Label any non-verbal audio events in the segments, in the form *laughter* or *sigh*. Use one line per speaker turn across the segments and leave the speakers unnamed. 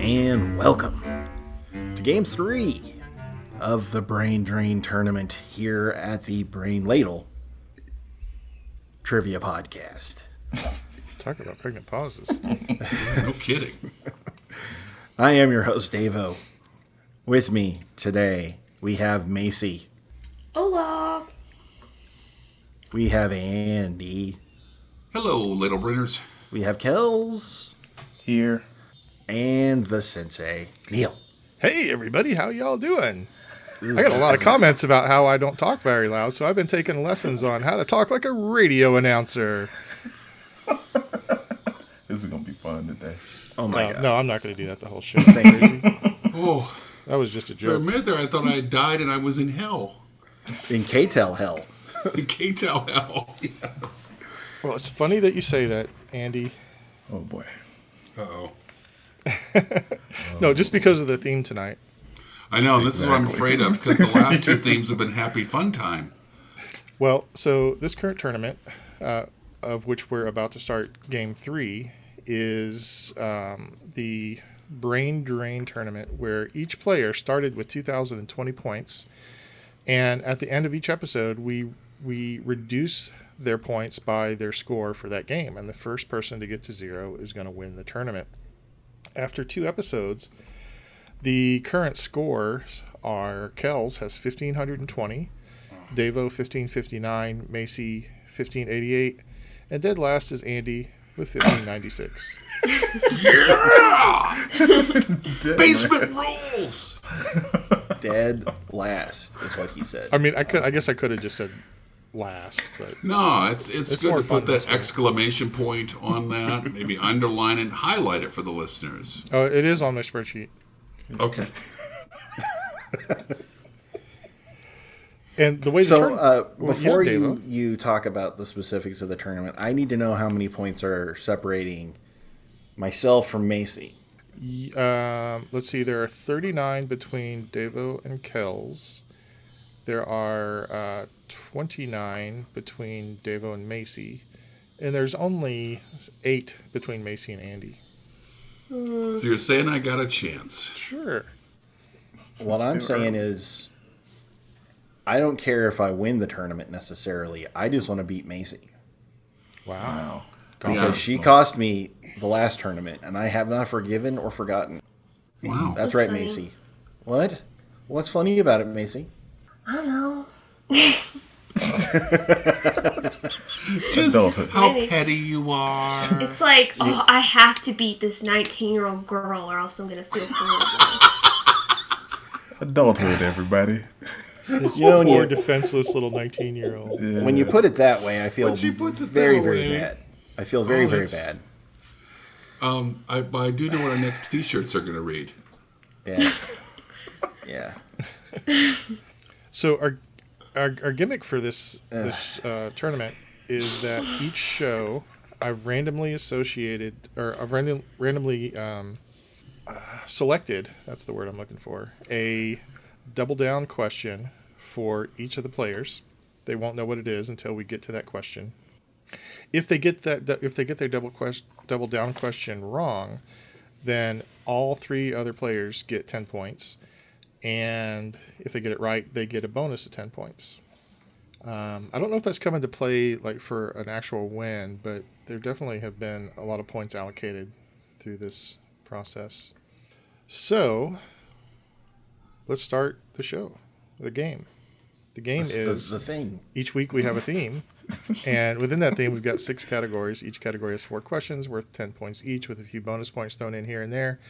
and welcome to Game 3 of the Brain Drain Tournament here at the Brain Ladle Trivia Podcast.
Talk about pregnant pauses. *laughs*
No kidding.
I am your host, Davo. With me today, we have Macy,
Hola.
we have Andy,
Hello, little brainers.
we have Kells,
Here.
and the sensei, Neil.
hey, everybody, how y'all doing? I got a lot of comments about how I don't talk very loud, so I've been taking lessons on how to talk like a radio announcer.
This is gonna be fun today.
Oh my
No,
god.
Uh, no, I'm not going to do that the
*laughs*
whole show.
Thank you.
Oh,
That was just a
for a
joke.
minute there, I thought I died and I was in hell.
In K-Tel hell.
In K-Town hell. *laughs* Yes.
Well, it's funny that you say that, Andy.
Oh boy.
Uh-oh.
No, just because of the theme tonight.
I know, this is what I'm
Exactly.
afraid of because the last two themes have been happy fun time.
Well, so this current tournament, uh, of which we're about to start game three, is um, the Brain Drain tournament, where each player started with 2,020 points, and at the end of each episode, we we reduce their points by their score for that game, and the first person to get to zero is going to win the tournament. After two episodes, the current scores are Kells has 1,520. Davo 1559, Macy 1588, and dead last is Andy with 1596.
Yeah!
Damn,
Basement rules!
Dead last is what he said.
I mean, I could, I guess I could have just said last, but
No, it's it's,
It's
good
more
to
fun
put
this
that exclamation point on that, maybe underline and highlight it for the listeners.
oh, it is on my spreadsheet.
Okay.
And the way the
So
turn-
uh,
Well, yeah,
before you,
Davo.
you talk about the specifics of the tournament, I need to know how many points are separating myself from Macy.
Y- um, let's see, there are 39 between Davo and Kells. There are uh, 29 between Davo and Macy, and there's only eight between Macy and Andy.
So you're saying I got a chance.
Sure.
What I'm
do it.
saying is, I don't care if I win the tournament necessarily. I just want to beat Macy
Wow.
Wow.
because she cost me the last tournament, and I have not forgiven or forgotten.
Wow.
That's
That's
right,
funny.
Macy. What? What's funny about it, Macy?
I don't know.
Just
Adulthood.
how
Maybe.
petty you are.
It's like, oh, I have to beat this 19 year old girl or else I'm going to feel horrible.
Adulthood, everybody.
This
You know, when
poor
you-
defenseless little 19 year old.
Yeah.
When you put it that way, I feel
When she puts it
very,
that
very
way-
bad. I feel very,
Oh,
very
that's-
bad.
Um, I, but I do know what our next T-shirts are going to read. *laughs*
Yeah. yeah.
So our, our our gimmick for this this uh, tournament is that each show I've randomly associated or I've random, randomly um, uh, selected that's the word I'm looking for a double down question for each of the players. They won't know what it is until we get to that question. If they get that if they get their double quest, double down question wrong, then all three other players get 10 points and if they get it right, they get a bonus of ten points. Um, I don't know if that's come into play like for an actual win, but there definitely have been a lot of points allocated through this process. So let's start the show, the game. The game
That's the,
is
the thing.
each week we have a theme, and within that theme we've got six categories. Each category has four questions worth ten points each, with a few bonus points thrown in here and there,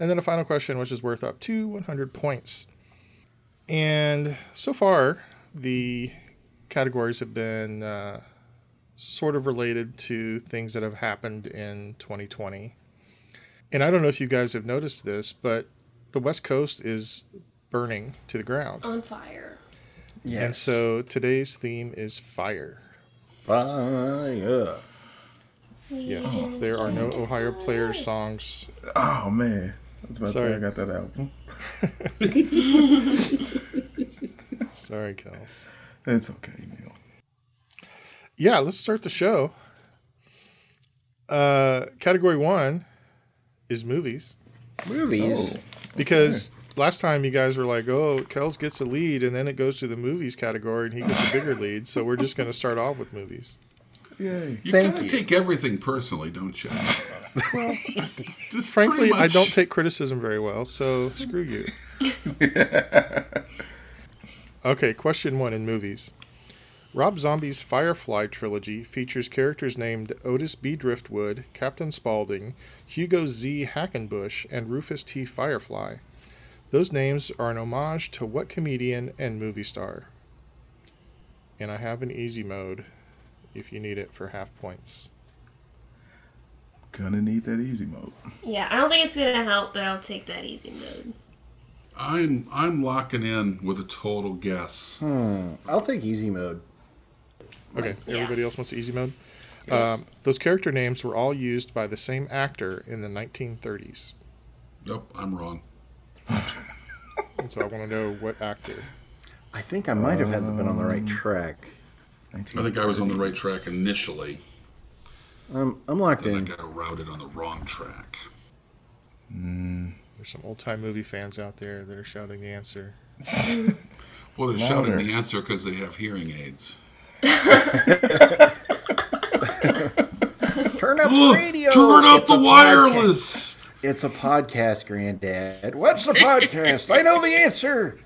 and then a final question which is worth up to one hundred points. And so far, the categories have been uh, sort of related to things that have happened in 2020. And I don't know if you guys have noticed this, but the West Coast is burning to the ground.
On fire.
Yes.
And so today's theme is fire.
Fire.
Yes, Oh, there are no Ohio player songs.
Oh man. I was about
Sorry.
to say I got that album.
Sorry, Kels.
It's okay, Neil.
Yeah, let's start the show. Uh, category one is movies.
Movies.
because last time you guys were like, "Oh, Kells gets a lead, and then it goes to the movies category, and he gets a bigger lead." So we're just going to start off with movies.
Yay.
You
Thank
kind of
you.
take everything personally, don't you?
*laughs*
Just pretty
Frankly, I
much-
don't take criticism very well, so screw you. *laughs* okay, question one in movies. Rob Zombie's Firefly trilogy features characters named Otis B. Driftwood, Captain Spaulding, Hugo Z. Hackenbush, and Rufus T. Firefly. Those names are an homage to what comedian and movie star? And I have an easy mode if you need it for half points.
Gonna need that easy mode.
Yeah, I don't think it's gonna help, but I'll take that easy mode.
I'm I'm locking in with a total guess.
I'll take easy mode.
Okay,
Yeah.
everybody else wants easy mode. Um, those character names were all used by the same actor in the 1930s,
Nope, I'm wrong.
and so I want to know what actor.
I think I might have had been on the right track.
I think I was on the right track initially,
Um, I'm locked
then I
in.
got routed on the wrong track.
There's some old time movie fans out there that are shouting the answer.
Well, they're
Louder.
shouting the answer because they have hearing aids.
Turn up the radio.
Turn up
It's
the
a
wireless.
podca- It's a podcast, Granddad. What's the podcast? I know the answer.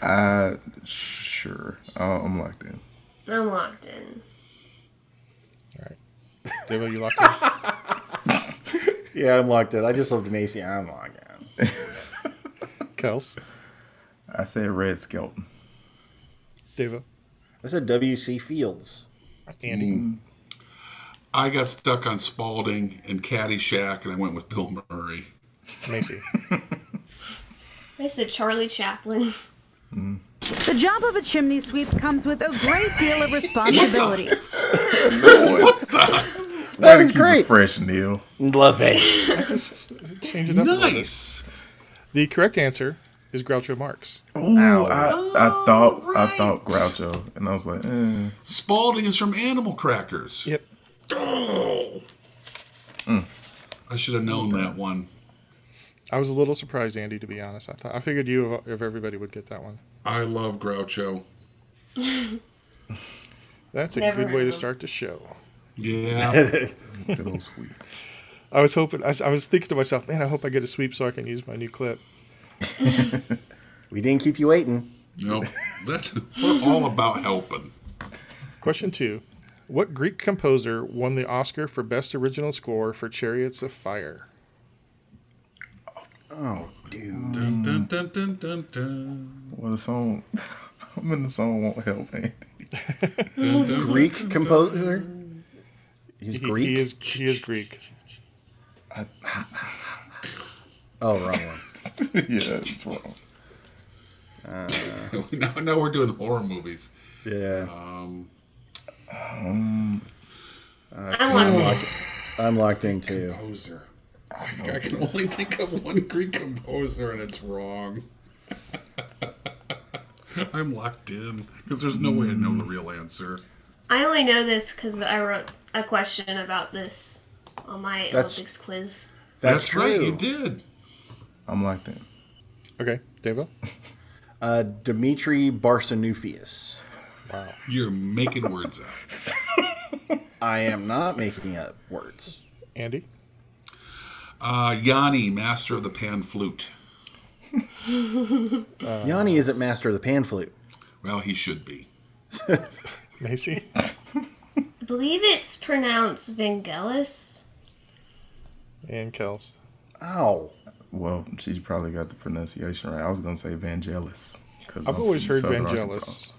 Uh, sure. Uh, I'm locked in.
I'm locked in.
Devo, you locked in?
Yeah, I'm locked in. I just love Macy. I'm locked in.
Kels?
I said Red Skelton.
Devo?
I said W.C. Fields.
Andy?
I got stuck on Spalding and Caddyshack, and I went with Bill Murray.
Macy?
I said Charlie Chaplin. *laughs*
The job of a chimney sweep comes with a great deal of responsibility.
That
Gotta
is
keep it
great.
fresh, Neil.
Love it.
Change it up a little bit.
Nice.
The correct answer is Groucho Marx.
Ooh, I, I thought I
right.
thought Groucho, and I was like, eh.
Spalding is from Animal Crackers.
Yep.
I should have known that one.
I was a little surprised, Andy, to be honest. I thought I figured you, of- if everybody would get that one.
I love Groucho.
That's a
Never
good way to
heard of him.
start the show.
Yeah. *laughs*
good old sweet.
I was hoping. I, was- I was thinking to myself, man, I hope I get a sweep so I can use my new clip.
We didn't keep you waiting.
nope. That's we're all about helping.
Question two: What Greek composer won the Oscar for Best Original Score for *Chariots of Fire*?
Oh, dude.
Dun, dun, dun, dun, dun, dun.
Well, the song, *laughs* I'm in the song won't help Andy. *laughs*
Dun, dun, *laughs*
Greek composer? He's
He, he
Greek?
is. He is Greek.
I,
Oh, wrong one.
yeah, it's wrong.
dun. now, now we're doing horror movies.
Yeah.
Um,
I'm locked in.
I'm locked in too.
composer. I can only think of one Greek composer, and it's wrong. *laughs* I'm locked in because there's no way I know the real answer.
I only know this because I wrote a question about this on my
That's-
Olympics quiz.
That's, right,
true.
you did.
I'm locked in.
Okay, Devo.
Uh, Dimitri Barsanufius.
You're making words up.
I am not making up words.
Andy.
Uh, Yanni, master of the pan flute.
Yanni isn't master of the pan flute.
Well, he should be.
Macy.
I believe it's pronounced Vangelis.
And Kels.
Ow.
Well, she probably got the pronunciation right. I was gonna say Vangelis. 'cause I'm
I've always
from
heard
Southern Arkansas.
Vangelis.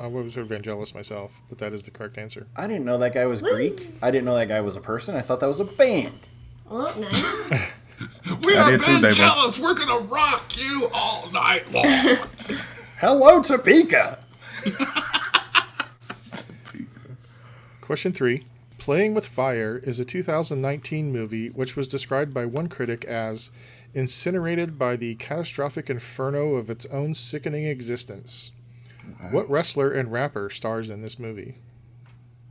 I've always heard Vangelis myself, but that is the correct answer.
I didn't know that guy was Greek. I didn't know that guy was a person. I thought that was a band.
Well, no.
We are
did too, Dave.
Vangelis. We're gonna rock you all night long.
Hello, Topeka.
Question three: Playing with Fire is a 2019 movie which was described by one critic as incinerated by the catastrophic inferno of its own sickening existence. What wrestler and rapper stars in this movie?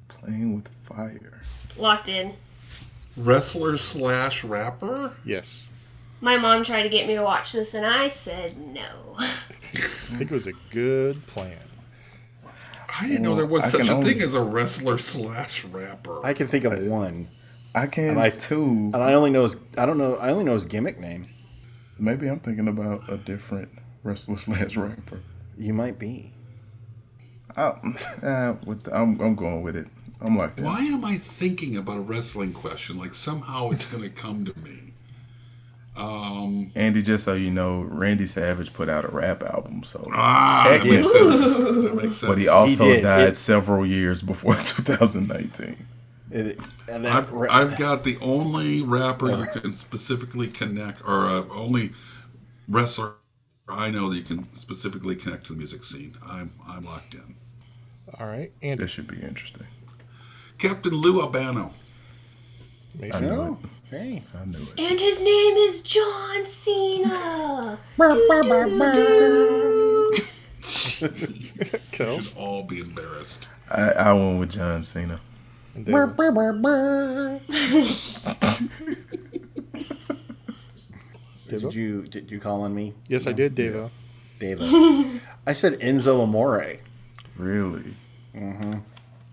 Playing with fire.
locked in.
wrestler slash rapper.
Yes.
My mom tried to get me to watch this, and I said no.
I think it was a good plan.
I didn't know there was
I
such a
can
thing
only-
as a wrestler slash rapper.
I can think of one,
I can
I-
not too.
and I only know his. I don't know. I only know his gimmick name.
Maybe I'm thinking about a different wrestler *laughs* slash rapper.
You might be.
I, uh, with the, I'm, I'm going with it. I'm like that.
Why am I thinking about a wrestling question? Like somehow it's going to come to me. Um,
Andy, just so you know, Randy Savage put out a rap album, so
ah, that makes
Technically.
sense. That makes sense.
but he also
did.
died
It-
several years before *laughs* 2019.
It, and that,
I've, I've got the only rapper you can specifically connect, or uh, only wrestler I know that you can specifically connect to the music scene. I'm I'm locked in.
All right, and
This should be interesting.
Captain Lou Albano.
I
Mason.
knew
Oh, hey.
it. I knew it.
And his name is John Cena.
Jeez.
Cool.
We should all be embarrassed.
I, I went with John Cena.
And David.
Did you did you call on me,
Yes, I did, Dave.
David? I said Enzo Amore.
Really?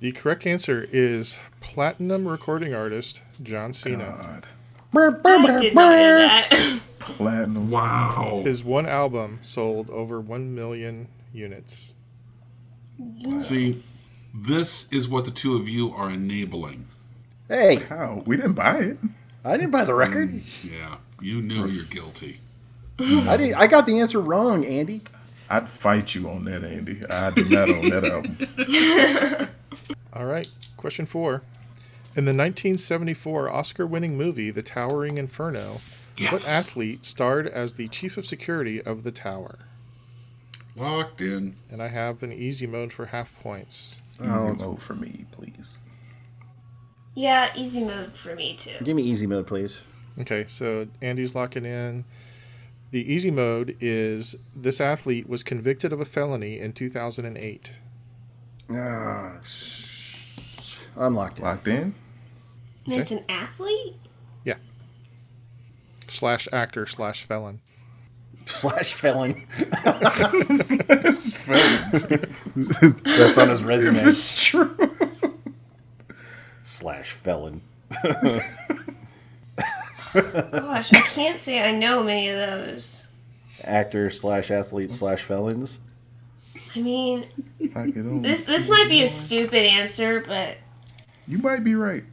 The correct answer is platinum recording artist John Cena.
God.
I did not know that. *laughs*
Platinum.
Wow.
His one album sold over 1 million units.
See, this is what the two of you are enabling.
Hey,
How? We didn't buy it.
I didn't buy the record.
Yeah, you know you're guilty.
I didn't. I got the answer wrong, Andy.
I'd fight you on that, Andy. I did not on that
*laughs*
album.
All right, question four. In the 1974 Oscar winning movie The Towering Inferno, what
Yes.
athlete starred as the chief of security of the tower?
Locked in.
And I have an easy mode for half points.
Easy
Oh.
mode for me, please.
yeah, easy mode for me too.
Give me easy mode, please.
Okay, so Andy's locking in. The easy mode is this athlete was convicted of a felony in 2008.
Ah, I'm locked in. *laughs*
*laughs*
Locked in?
And it's an athlete.
Slash actor slash felon.
Slash felon.
That's funny.
That's on his resume.
It's true.
Slash felon.
Gosh, I can't say I know many of those.
Actor slash athlete slash felons.
I mean,
Fuck it on.
this this might be a stupid answer, but
You might be right.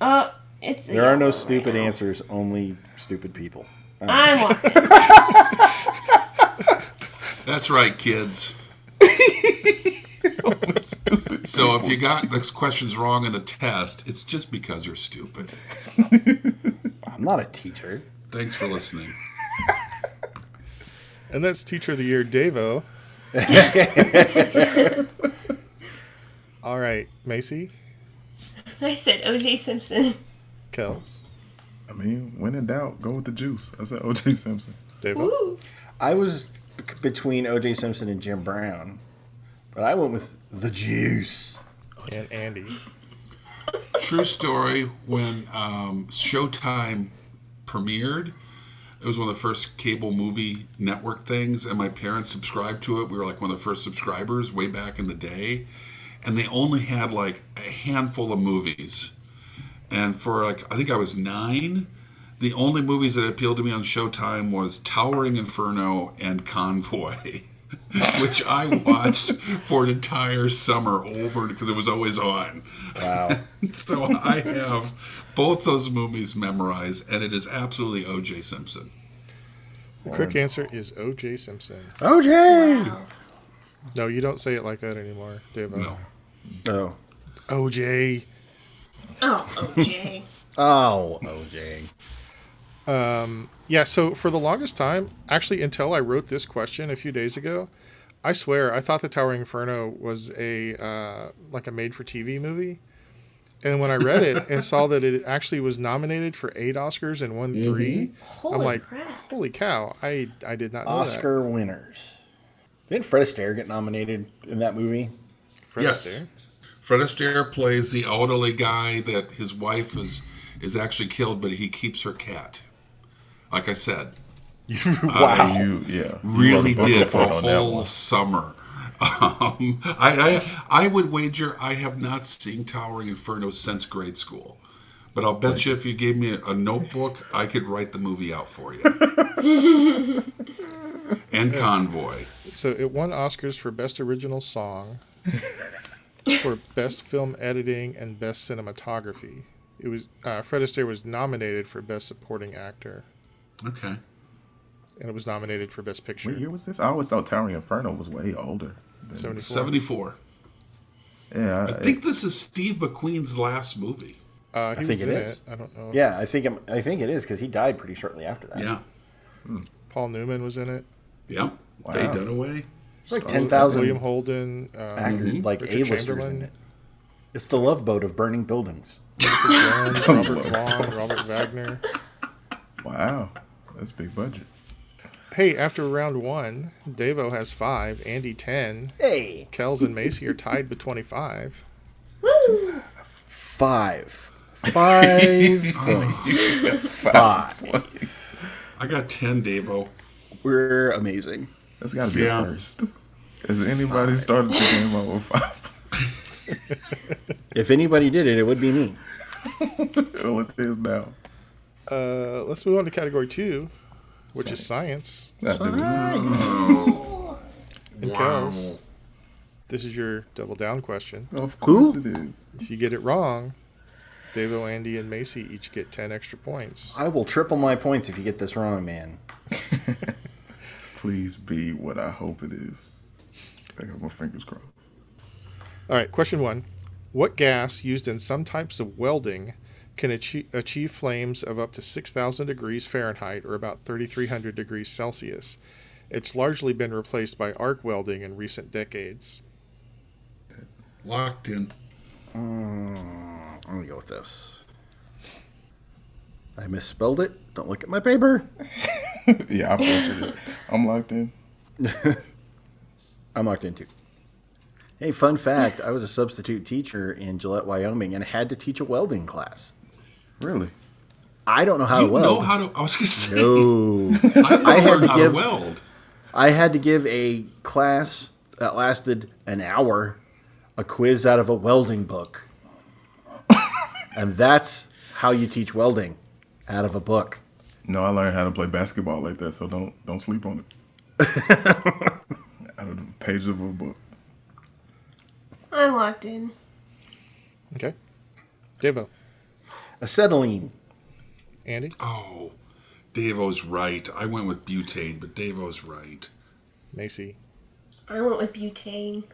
oh, it's a
There are no
*laughs* yellow
stupid
right now.
answers, only stupid people.
I'm walking.
That's right, kids. so if you got the questions wrong in the test, it's just because you're stupid.
I'm not a teacher.
Thanks for listening.
And that's Teacher of the Year, Davo. All right, Macy,
I said O.J. Simpson. *laughs*
Kels,
I mean, when in doubt, go with the juice. I said OJ Simpson.
Davo.
Ooh,
I was b- between O.J. Simpson and Jim Brown, but I went with the juice.
and Andy.
True story. When um, Showtime premiered, it was one of the first cable movie network things, and my parents subscribed to it. We were like one of the first subscribers way back in the day, and they only had like a handful of movies. And for like, I think I was nine. The only movies that appealed to me on Showtime was Towering Inferno and Convoy, *laughs* which I watched for an entire summer over because it was always on.
Wow.
*laughs* So I have both those movies memorized, and it is absolutely O.J. Simpson.
The correct answer is O.J. Simpson.
O.J.
wow.
No, you don't say it like that anymore, Davo.
No.
Oh.
O.J.
Oh,
*laughs*
O.J.
Oh, O.J.
Yeah, so for the longest time, actually, until I wrote this question a few days ago, I swear I thought the Towering Inferno was a uh, like a made-for-TV movie, and when I read it and saw that it actually was nominated for eight Oscars and won three,
Holy
I'm like,
crap!
holy cow! I I did not know
Oscar winners. Didn't Fred Astaire get nominated in that movie?
that. Fred
Yes.
Astaire.
Fred Astaire plays the elderly guy that his wife is is actually killed, but he keeps her cat. Like I said,
wow.
You, yeah. you
really
wrote a book
did for a
on that
whole
one.
summer. *laughs* Um, I, I I would wager I have not seen Towering Inferno since grade school, but I'll bet you if you gave me a, a notebook, I could write the movie out for you.
*laughs*
and Convoy.
So it won Oscars for Best Original Song, for Best Film Editing, and Best Cinematography. It was uh, Fred Astaire was nominated for Best Supporting Actor,
Okay.
and it was nominated for Best Picture.
What year was this? I always thought Towering Inferno was way older. than-
74.
74.
yeah, I,
I think this is Steve McQueen's last movie.
Uh, he
think
was
it
in
is.
I don't know.
Yeah, I think I'm, I think it is because he died pretty shortly after that.
Yeah.
Paul Newman was in it.
Yep. Faye
Wow.
Dunaway.
It's like ten
Stars of
thousand
William Holden. Um,
actors, like
Richard
A-listers in
Chamberlain.
it. It's the love boat of burning buildings.
Jones, Robert Vaughn, Robert Wagner.
wow, that's big budget.
Hey, after round one, Davo has five, Andy ten,
Hey,
Kells and Macy are tied with twenty-five.
Woo!
five, *laughs* five, point five.
I got 10, Davo.
We're amazing.
That's got to be
Yeah.
a first. Has anybody started the game out with five? *laughs*
If anybody did it, it would be me.
well, it is now.
Uh, let's move on to category two, which is science.
Not doing it.
And Kels, this is your double down question.
Of course
Who?
it is.
If you get it wrong, Davo, Andy, and Macy each get 10 extra points.
I will triple my points if you get this wrong, man.
Please be what I hope it is. I got my fingers crossed.
All right, question one. What gas used in some types of welding can achieve, achieve flames of up to 6,000 degrees Fahrenheit or about 3,300 degrees Celsius? It's largely been replaced by arc welding in recent decades.
Locked in.
Mm, I'm gonna go with this. I misspelled it. Don't look at my paper.
Yeah, I purchased *laughs* it. I'm locked in.
I'm locked into. Hey, fun fact: I was a substitute teacher in Gillette, Wyoming, and had to teach a welding class.
Really?
I don't know how
You
to weld.
know how to. I was going to say.
No.
*laughs* I,
I had
learned
to
how
give-
to weld.
I had to give a class that lasted an hour a quiz out of a welding
*laughs*
book. and that's how you teach welding out of a book.
No, I learned how to play basketball like that, so don't don't sleep on it. *laughs* Out of the pages of a book.
I'm locked in.
Okay? Davo,
Acetylene.
Andy,
Oh, Davo's right. I went with butane, but Davo's right.
Macy,
I went with butane.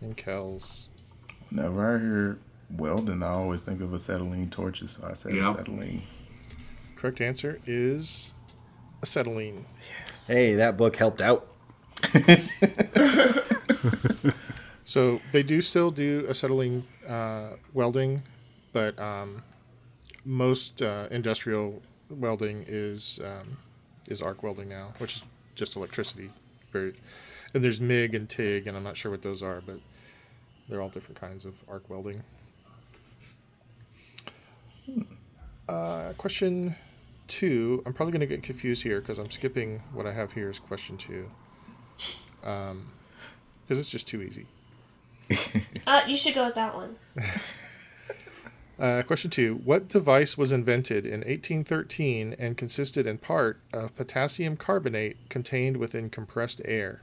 and Kells.
Whenever I hear welding, I always think of acetylene torches, so I said
Yeah.
acetylene.
Correct answer is acetylene.
Hey, that book helped out.
So they do still do acetylene uh, welding, but um, most uh, industrial welding is um, is arc welding now, which is just electricity. Very, and there's MIG and TIG, and I'm not sure what those are, but they're all different kinds of arc welding. Uh, question two. I'm probably going to get confused here because I'm skipping what I have here is question two, because it's just too easy.
Uh, you should go with that one.
Uh, question two What device was invented in 1813 and consisted in part of potassium carbonate contained within compressed air?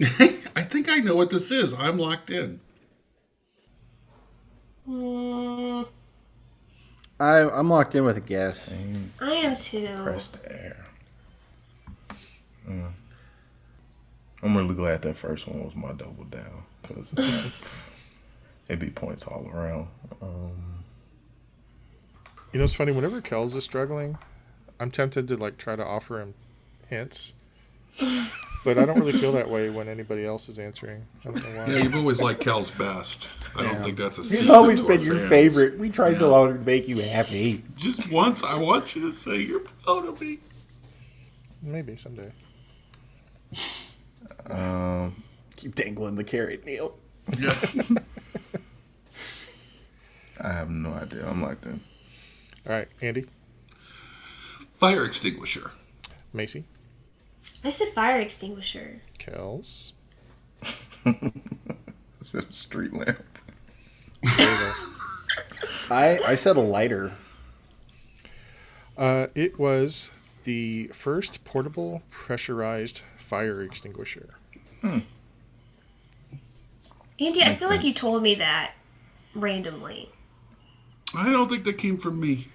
I think I know what this is. I'm locked in.
Mm,
I, I'm locked in with a guess.
I am too.
Pressed air. Mm. I'm really glad that first one was my double down *laughs* because it'd be points all around. Um,
You know, it's funny, whenever Kells is struggling, I'm tempted to like try to offer him hints. but I don't really feel that way when anybody else is answering. I don't know why.
Yeah, you've always liked Cal's best. I don't think that's a secret.
He's always
to
been
our
your
fans.
favorite. We try so hard to make you happy.
Just once, I want you to say you're proud
*laughs*
of me.
Maybe someday.
um,
Keep dangling the carrot, Neil.
Yeah.
I have no idea. I'm like that.
All right, Andy,
Fire extinguisher.
Macy,
I said fire extinguisher.
Kels.
Is it a street lamp? *laughs*
I, I said a lighter.
Uh, it was the first portable pressurized fire extinguisher.
Andy, I
Makes
feel like you
sense.
told me that randomly.
I don't think that came from me.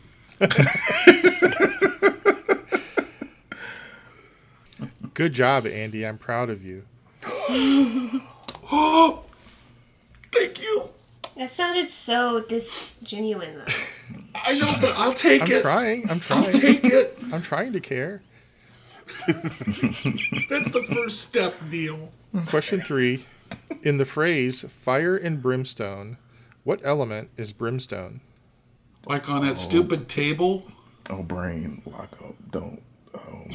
Good job, Andy. I'm proud of you.
Oh, thank you.
That sounded so disgenuine, though.
I know, but I'll take
I'm
it.
trying. I'm trying.
I'll take it.
I'm trying to care.
That's the first step, Neil.
Question three. In the phrase fire and brimstone, what element is brimstone?
Like on that stupid table.
Oh, brain, lock up. Don't. Um,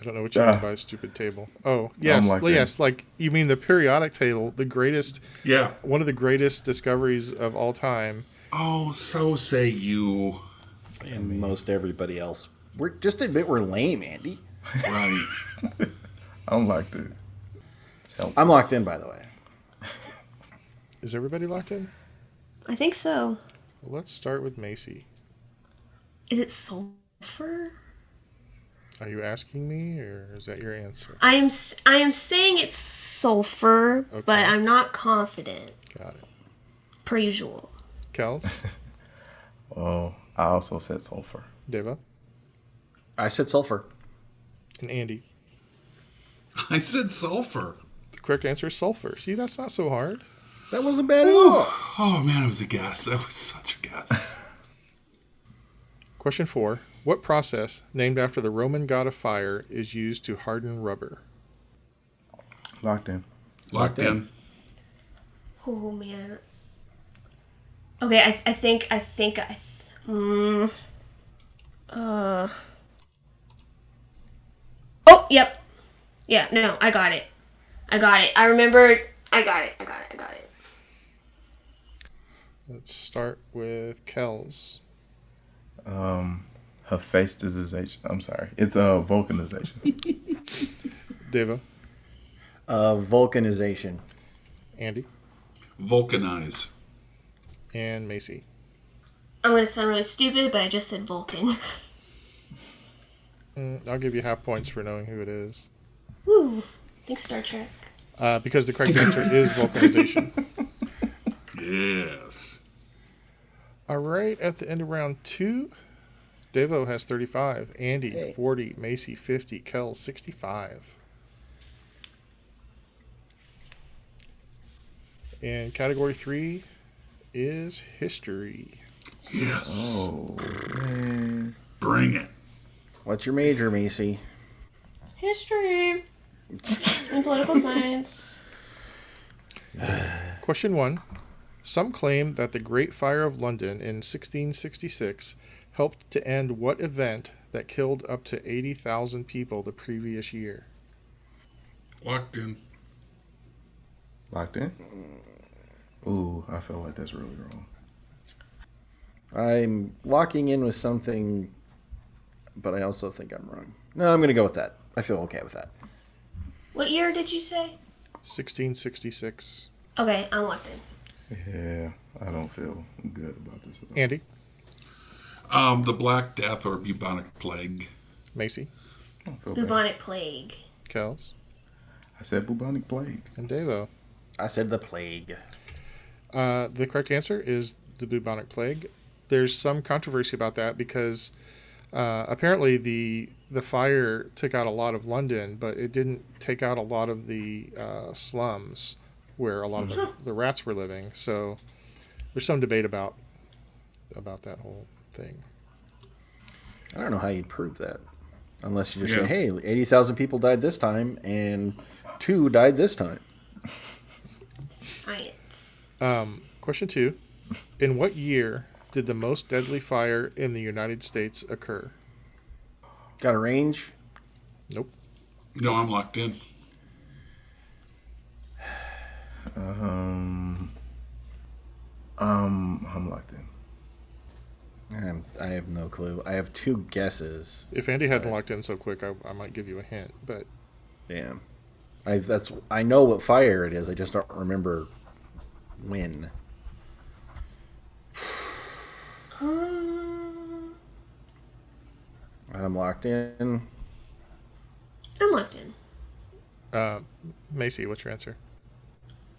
I don't know what you
Ah.
mean by stupid table. Oh, yes,
like that.
yes. Like you mean the periodic table, the greatest,
Yeah.
one of the greatest discoveries of all time.
Oh, so say you.
And most everybody else. We're just admit we're lame, Andy.
Right.
I'm like that. It's helpful.
I'm locked in, by the way.
Is everybody locked in?
I think so.
Let's start with Macy.
Is it sulfur?
Are you asking me, or is that your answer?
I am s- I am saying it's sulfur, but I'm not confident,
Got it.
per usual.
Kels,
Oh, I also said sulfur.
Deva,
I said sulfur.
and Andy.
I said sulfur.
The correct answer is sulfur. See, that's not so hard.
That wasn't bad at all.
Oh man, it was a guess. That was such a guess.
Question four. What process, named after the Roman god of fire, is used to harden rubber?
Locked in.
*laughs* Locked in.
Oh man. Okay, I, I think I think I. Th- mm, uh. Oh yep, yeah no I got it, I got it. I remembered. I got it. I got it. I got it.
Let's start with Kels.
Um, Hephaestusization. I'm sorry. It's uh, vulcanization.
Deva,
Uh, vulcanization.
Andy,
Vulcanize.
and Macy.
I'm gonna sound really stupid, but I just said Vulcan. *laughs*
Mm, I'll give you half points for knowing who it is.
Woo! Thanks Star Trek.
Uh, because the correct answer is vulcanization.
Yes.
All right, at the end of round two, Devo has 35, Andy 40, Macy 50, Kel 65. And category three is history.
Yes.
oh, man.
Bring it.
What's your major, Macy?
History and political science.
Question one Some claim that the Great Fire of London in 1666 helped to end what event that killed up to 80,000 people the previous year?
Locked in.
Locked in. Ooh, I feel like that's really wrong.
I'm locking in with something, but I also think I'm wrong. No, I'm going to go with that. I feel okay with that.
What year did you say?
1666.
Okay, I'm locked in.
Yeah, I don't feel good about this at all.
Andy,
Um, the Black Death or bubonic plague.
Macy,
I don't feel bad.
Bubonic plague.
Kels,
I said bubonic plague.
and Devo.
I said the plague.
Uh, the correct answer is the bubonic plague. There's some controversy about that because uh, apparently the the fire took out a lot of London, but it didn't take out a lot of the uh, slums where a lot of the, the rats were living. So there's some debate about about that whole thing.
I don't know how you'd prove that. Unless you just
Yeah.
say, hey, 80,000 people died this time and two died this time.
Science.
Um, question two: In what year did the most deadly fire in the United States occur?
Got a range?
No, I'm locked in.
Um, Um, I'm locked in.
Um, I have no clue. I have two guesses.
If Andy hadn't locked in so quick, I, I might give you a hint. But
Yeah, I that's I know what fire it is. I just don't remember when. I'm locked in.
I'm locked in.
uh, Macy, what's your answer?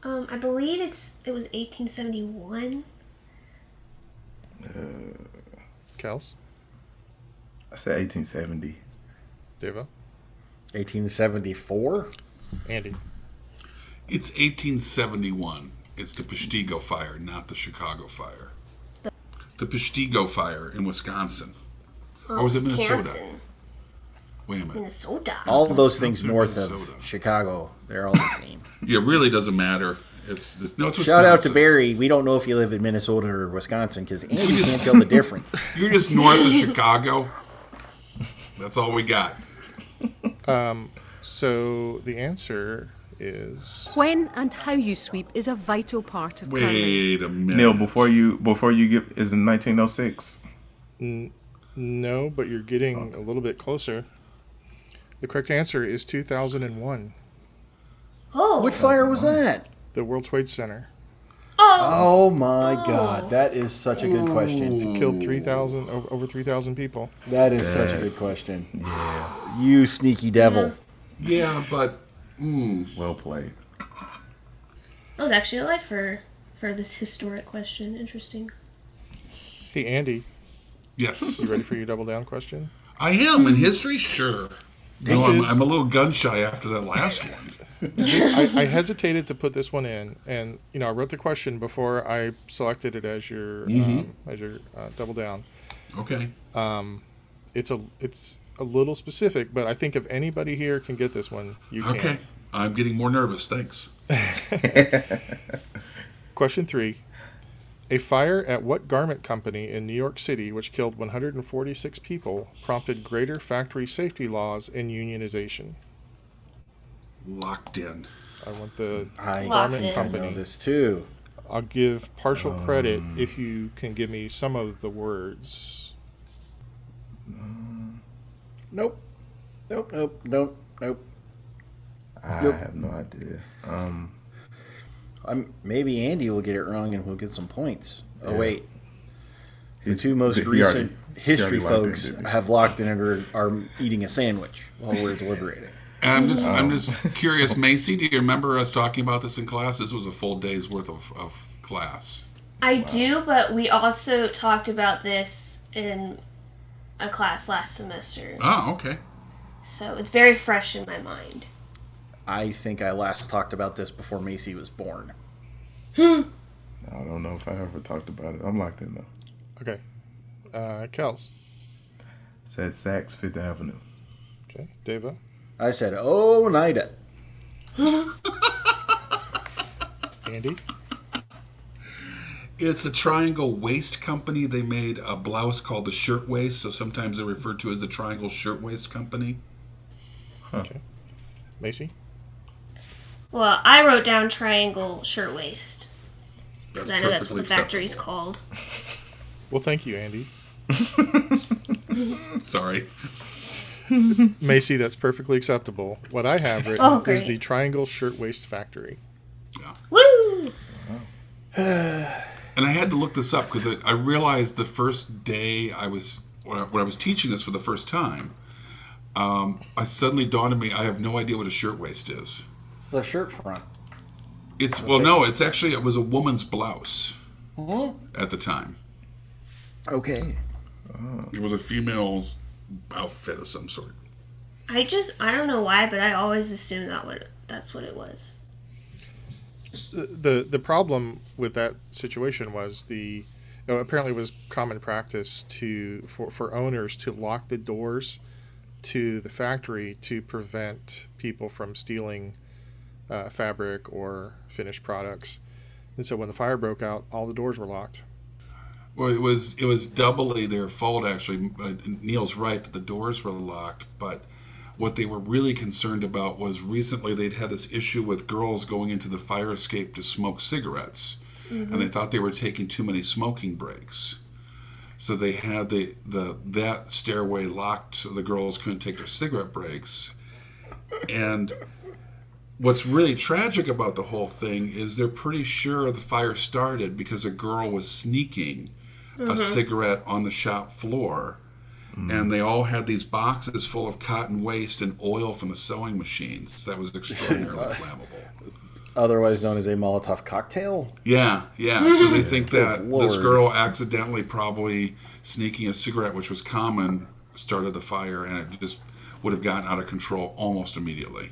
Um, I believe it's it was 1871.
Kels,
I said 1870.
Deva,
1874.
Andy.
It's 1871. It's the Peshtigo Fire, not the Chicago Fire. The Peshtigo Fire in Wisconsin. Or was it Minnesota?
Wisconsin.
Wait a minute.
Minnesota.
All of those
Wisconsin,
things
or
north
Minnesota?
of Chicago, they're all the *laughs* same.
Yeah, it really doesn't matter. It's, it's no, it's
Shout out to
Wisconsin.
Barry. We don't know if you live in Minnesota or Wisconsin because Andy can't *laughs* tell the difference.
You're just north of Chicago. That's all we got.
So the answer is
When and how you sweep is a vital part of planning.
Wait a minute.
Neil, before you before you give is oh in 1906.
no, but you're getting a little bit closer. The correct answer is 2001.
oh,
What fire was that?
The World Trade Center
Oh
oh,
my God, that is such a good question.
killed 3,000 over, over 3,000 people.
That is such a good question. You sneaky devil.
Yeah, but mm,
Well played.
I was actually alive for for this historic question. Interesting.
Hey Andy,
yes,
you ready for your double down question? *coughs*
I am in history. Sure. No, I'm,
is-
I'm a little gun shy after that last one.
I, I hesitated to put this one in, and you know I wrote the question before I selected it as your um, as your uh, double down.
Okay.
It's a it's a little specific, but I think if anybody here can get this one, you can.
Okay. I'm getting more nervous. Thanks.
Question three. A fire at what garment company in New York City, which killed 146 people, prompted greater factory safety laws and unionization?
Locked in.
I want the.
I
Locked
think I
in.
know this Um, too.
I'll give partial credit if you can give me some of the words.
Nope. Nope. Nope. Nope. Nope.
I
Yep.
have no idea. Um,
I'm, maybe Andy will get it wrong and we'll get some points. Oh
Yeah.
wait, the
he's-
two most
he already-
recent
he
history
already locked in,
folks
didn't he?
have locked in and are, are eating a sandwich while we're deliberating.
And I'm just, I'm just curious, Macy. Do you remember us talking about this in class? This was a full day's worth of, of class.
I do, but we also talked about this in a class last semester,
Oh, okay.
so it's very fresh in my mind.
I think I last talked about this before Macy was born.
I don't know if I ever talked about it. I'm locked in though.
Okay. Uh, Kels.
Said Saks Fifth Avenue.
Okay. Deva.
I said, "Oh, Nida."
Andy.
It's the Triangle Waist Company. They made a blouse called the Shirtwaist, so sometimes they're referred to as the Triangle Shirtwaist Company.
Macy.
Well, I wrote down triangle shirtwaist
That's
because I know that's what the factory's
acceptable.
called.
Well, thank you, Andy.
Sorry.
Macy, that's perfectly acceptable. What I have
*laughs*
written
Oh,
is
great.
the Triangle Shirtwaist Factory.
Woo!
And I had to look this up because I, I realized the first day I was when I, when I was teaching this for the first time, um, I suddenly dawned on me I have no idea what a shirtwaist is.
The shirt front.
It's well, no, it's actually it was a woman's blouse at the time.
Okay.
It was a female's outfit of some sort.
I just I don't know why, but I always assumed that what that's what it was.
the the problem with that situation was the you know, apparently it was common practice to for, for owners to lock the doors to the factory to prevent people from stealing uh, fabric or finished products and so when the fire broke out all the doors were locked
Well, it was it was doubly their fault actually. Uh, Neil's right that the doors were locked, but what they were really concerned about was recently they'd had this issue with girls going into the fire escape to smoke cigarettes, and they thought they were taking too many smoking breaks. So they had the, the that stairway locked so the girls couldn't take their cigarette breaks. And what's really tragic about the whole thing is they're pretty sure the fire started because a girl was sneaking a cigarette on the shop floor
Mm.
and they all had these boxes full of cotton waste and oil from the sewing machines that was
*laughs*
extraordinarily flammable.
Otherwise known as a Molotov cocktail.
Yeah, yeah. So they think that
Good
this
lord.
girl accidentally, probably sneaking a cigarette, which was common, started the fire, and it just would have gotten out of control almost immediately.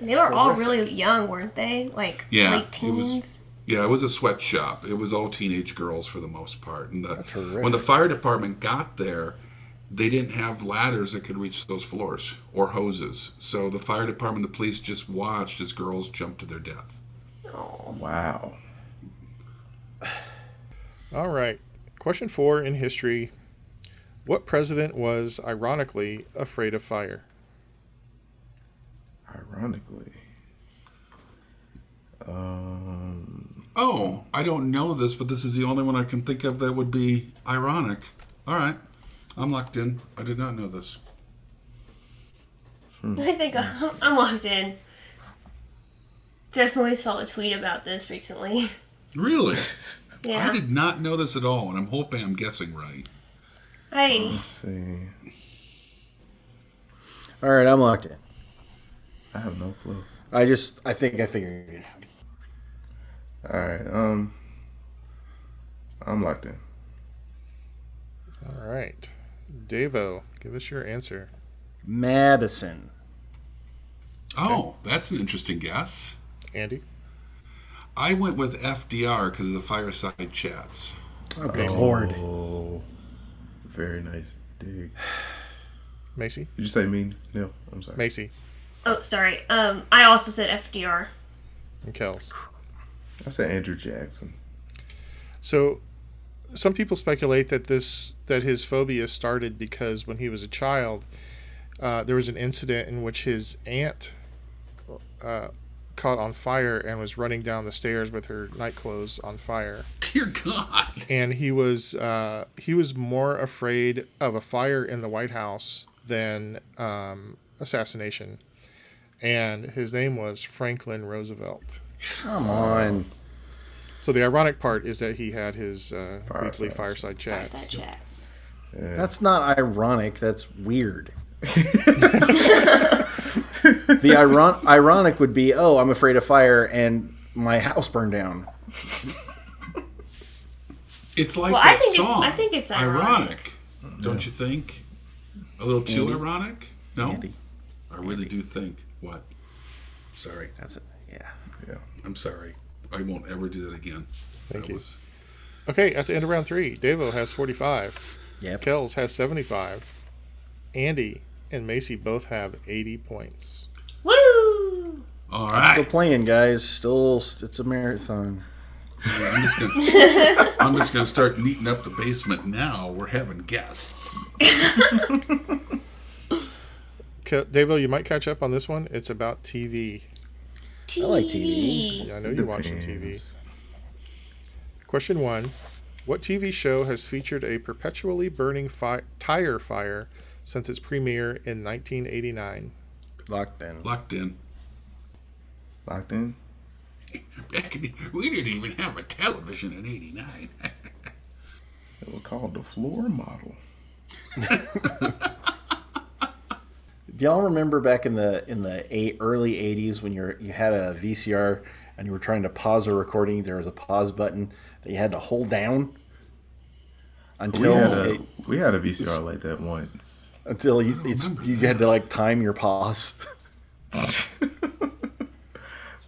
They were all really young, weren't they? Like
Yeah,
late
it was-
teens.
Yeah, it was a sweatshop. It was all teenage girls for the most part. And the, when the fire department got there, they didn't have ladders that could reach those floors or hoses. So the fire department, the police just watched as girls jumped to their death.
Wow.
All right. Question four in history What president was, ironically, afraid of fire?
Ironically. Um,
Oh, I don't know this, but this is the only one I can think of that would be ironic. All right, I'm locked in. I did not know this.
*laughs* I think I'm, I'm locked in. Definitely saw a tweet about this recently. *laughs*
Really? *laughs* I
Yeah.
did not know this at all, and I'm hoping I'm guessing right.
Hey,
let's see.
All right, I'm locked in.
I have no clue.
I just, I think I figured it out.
All right. Um, I'm locked in.
All right. Davo, give us your answer.
Madison.
Oh, that's an interesting guess.
Andy?
I went with FDR because of the fireside chats.
Okay, Lord.
Oh, very nice dig.
Macy?
Did you say mean? No, I'm sorry.
Macy?
oh sorry. Um, I also said FDR.
And Kels.
I said Andrew Jackson.
So, some people speculate that this that his phobia started because when he was a child, uh, there was an incident in which his aunt uh, caught on fire and was running down the stairs with her nightclothes on fire,
*laughs* Dear God.
and he was uh, he was more afraid of a fire in the White House than um, assassination, and his name was Franklin Roosevelt.
Come on.
So the ironic part is that he had his uh, weekly
Fireside.
fireside chats.
That chats.
That's not ironic. That's weird. the iron- ironic would be, oh, I'm afraid of fire and my house burned down.
It's like
Well, I
that
think it's-
song.
I think it's
ironic. Don't you think? A little too ironic? No?
Andy.
I really do think. What? Sorry.
That's it. Yeah.
I'm sorry. I won't ever do that again.
Thank
that
you.
was
Okay, at the end of round three, Davo has 45,
Yep.
Kells has 75, Andy and Macy both have 80 points.
Woo!
all
Still
right.
playing, guys. Still, it's a marathon.
*laughs* I'm just gonna I'm just gonna start neating up the basement now. We're having guests.
Ke- Davo, you might catch up on this one. It's about TV.
TV.
I like TV.
Yeah, I know you watch some TV. Question one What TV show has featured a perpetually burning fi- tire fire since its premiere in 1989?
Locked in.
Locked in. *laughs*
Locked in.
Back in the, we didn't even have a television in '89.
It was called the floor model.
Do y'all remember back in the in the eight, early '80s when you you had a VCR and you were trying to pause a recording? There was a pause button that you had to hold down
We
until
had a
it,
we had a VCR like that once.
until you it's, you had to like time your pause.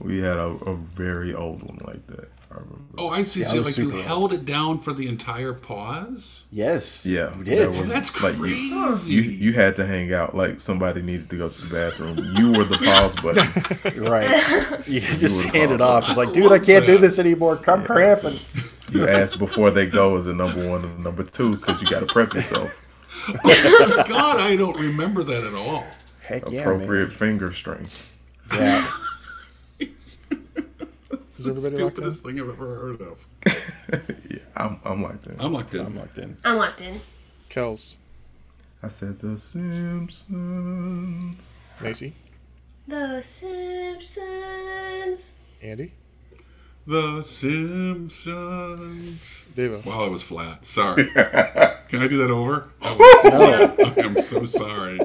We had a, a very old one like that. I remember.
*laughs* Oh, I see.
Yeah, I
so
was
like you
super old.
held it down for the entire pause.
*laughs* yes.
Yeah,
We
there
did.
was-
That's
Like,
crazy.
You
Mm-hmm.
you had to hang out like somebody needed to go to the bathroom. You were the pause *laughs* button.
right. You could just
were
hand it
wrong.
off. It's like, dude, I can't do this anymore. Come cramping.
You asked before they go is it number one and number two because you got to prep yourself.
Oh, God, I don't remember that at all. *laughs*
Heck *laughs* yeah,
Appropriate
man.
finger strength.
Yeah.
Is everybody like
Stupidest
that?
thing I've ever heard of.
Yeah, I'm, I'm like that.
I'm locked
I'm
in.
locked in.
I'm locked in.
Kels,
I said The Simpsons.
Macy,
The Simpsons.
Andy,
The Simpsons.
Devo.
Wow, I was flat.
*laughs*
Sorry. Can I do that over? I was flat. I am so sorry.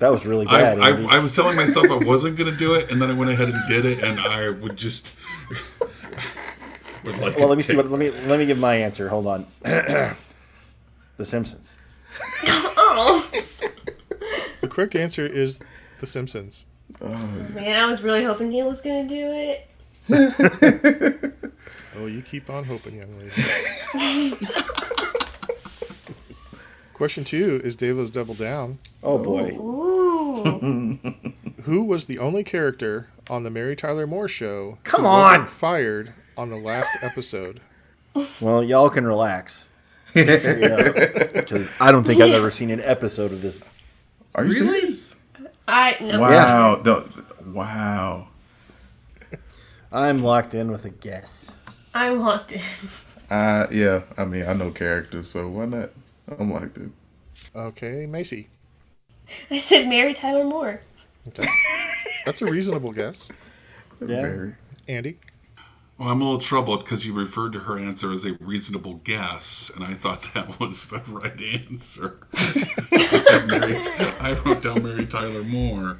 That was really
I,
bad. Andy.
I, I was telling myself I wasn't going to do it, and then I went ahead and did it, and I would just. would like
well,
a
let me see.
tick.
What, let me let me give my answer. Hold on. *clears throat* the Simpsons.
Oh
The correct answer is The Simpsons.
man, I was really hoping he was gonna do it.
Oh, you keep on hoping, young lady. *laughs* Question two is Devo's Double Down.
Oh boy.
Ooh.
Who was the only character on the Mary Tyler Moore show
Come
who wasn't
on.
fired on the last *laughs* episode?
Well, y'all can relax. Because I don't think I've ever seen an episode of this.
Are you serious?
I no.
Wow. the- wow.
I'm locked in with a guess.
I'm locked in. *laughs*
I, yeah, I mean, I know characters, so why not? I'm like that.
Okay, Macy.
I said Mary Tyler Moore.
Okay. That's a reasonable guess.
Yeah.
Very.
Andy,
Well, I'm a little troubled because you referred to her answer as a reasonable guess, and I thought that *laughs* was the right answer. *laughs* So I, Mary- I wrote down Mary Tyler Moore.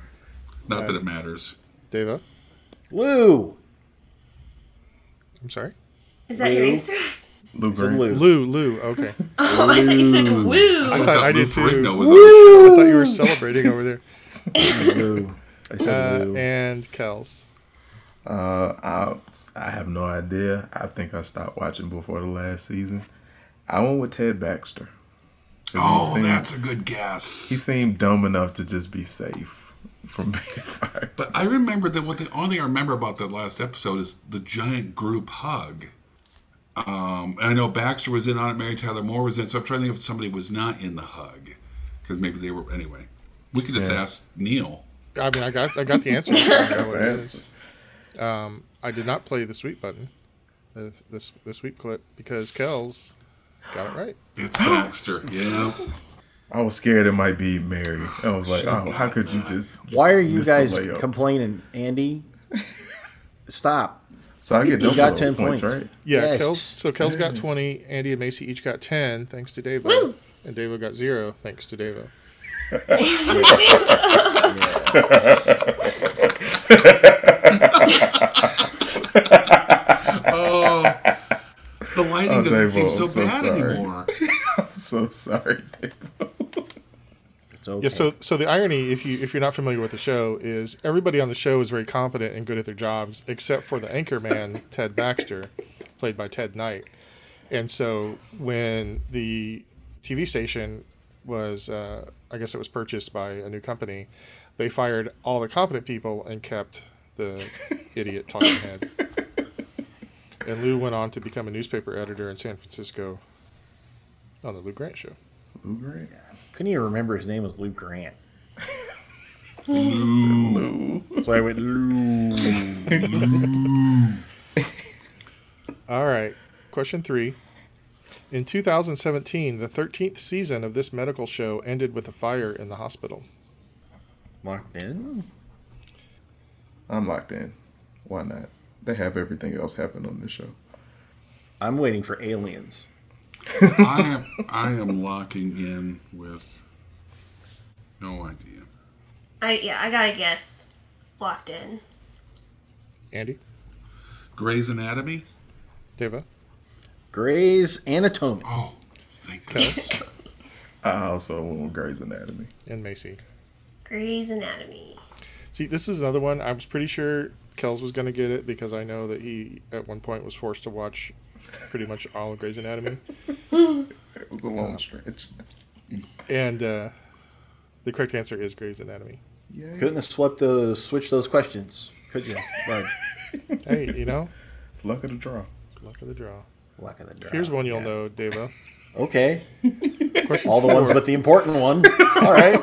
Not that it matters.
Devo.
Lou.
I'm sorry.
Is that your
Lou?
answer? *laughs*
Lou
Said
Grant.
Lou.
Lou, Lou. Okay.
Oh, I thought you said woo.
I
thought
thought
I
Lou
did too.
Ferrigno was on
*laughs* I thought you were celebrating over there.
*laughs*
Lou. I said
Uh,
Lou.
and Kels.
Uh, I, I have no idea. I think I stopped watching before the last season. I went with Ted Baxter. 'Cause
Oh,
he seemed-
that's a good
He
guess.
seemed dumb enough to just be safe from *laughs* being fired.
But I remember that what the only thing I remember about that last episode is the giant group hug. Um, and I know Baxter was in on it, Mary Tyler Moore was in, so I'm trying to think if somebody was not in the hug. Because maybe they were, anyway. We could just
Yeah.
ask Neil.
I mean, I got I got the *laughs* answer. I, know what it
That's-
is. Um, I did not play the sweep button, this this, the sweep clip because Kels got it right.
It's Baxter. *gasps* yeah.
I was scared it might be Mary. I was like,
Shut
oh, how could you just?
Why are
just
you
miss the
guys
layup?
complaining, Andy? Stop.
so I get
You
double
got
those
10
points,
points.
right? *laughs*
Yeah,
Yes.
Kels. So Kels got twenty. Andy and Macy each got ten, thanks to Devo.
Woo.
And Devo got zero, thanks to Devo.
Oh. The lighting
Oh,
doesn't seem
Dave-o,
so,
I'm so
bad
sorry.
anymore.
*laughs* I'm so sorry, Dave.
It's okay.
Yeah. So so the irony, if you if you're not familiar with the show, is everybody on the show is very competent and good at their jobs, except for the anchor man Ted Baxter, played by Ted Knight. And so when the TV station was, uh, I guess it was purchased by a new company, they fired all the competent people and kept the idiot talking head. And Lou went on to become a newspaper editor in San Francisco on the Lou Grant Show.
Lou Grant.
Couldn't even remember his name was Lou
*laughs*
Grant.
Lou.
So I went Lou.
All right. Question three. In 2017, the 13th season of this medical show ended with a fire in the hospital.
Locked in.
I'm locked in. Why not? They have everything else happen on this show.
I'm waiting for aliens.
I am I am locking in with no idea.
I yeah, I gotta guess. Locked in.
Andy,
Grey's Anatomy?
Deva,
Grey's Anatomy.
Oh, thank goodness.
*laughs*
Kels,
I also went with Grey's Anatomy.
and Macy.
Grey's Anatomy.
See, this is another one. I was pretty sure Kells was going to get it because I know that he, at one point, was forced to watch pretty much all of Grey's Anatomy.
It was a long stretch.
And uh, the correct answer is Grey's Anatomy.
Yeah.
Couldn't have swept those, switched those questions, could you? But
Hey, you know,
Luck of the draw.
it's luck of the draw.
luck of the draw.
Here's one you'll know, Deva.
Okay.
*laughs* Question
All the ones
four.
but the important one. All right.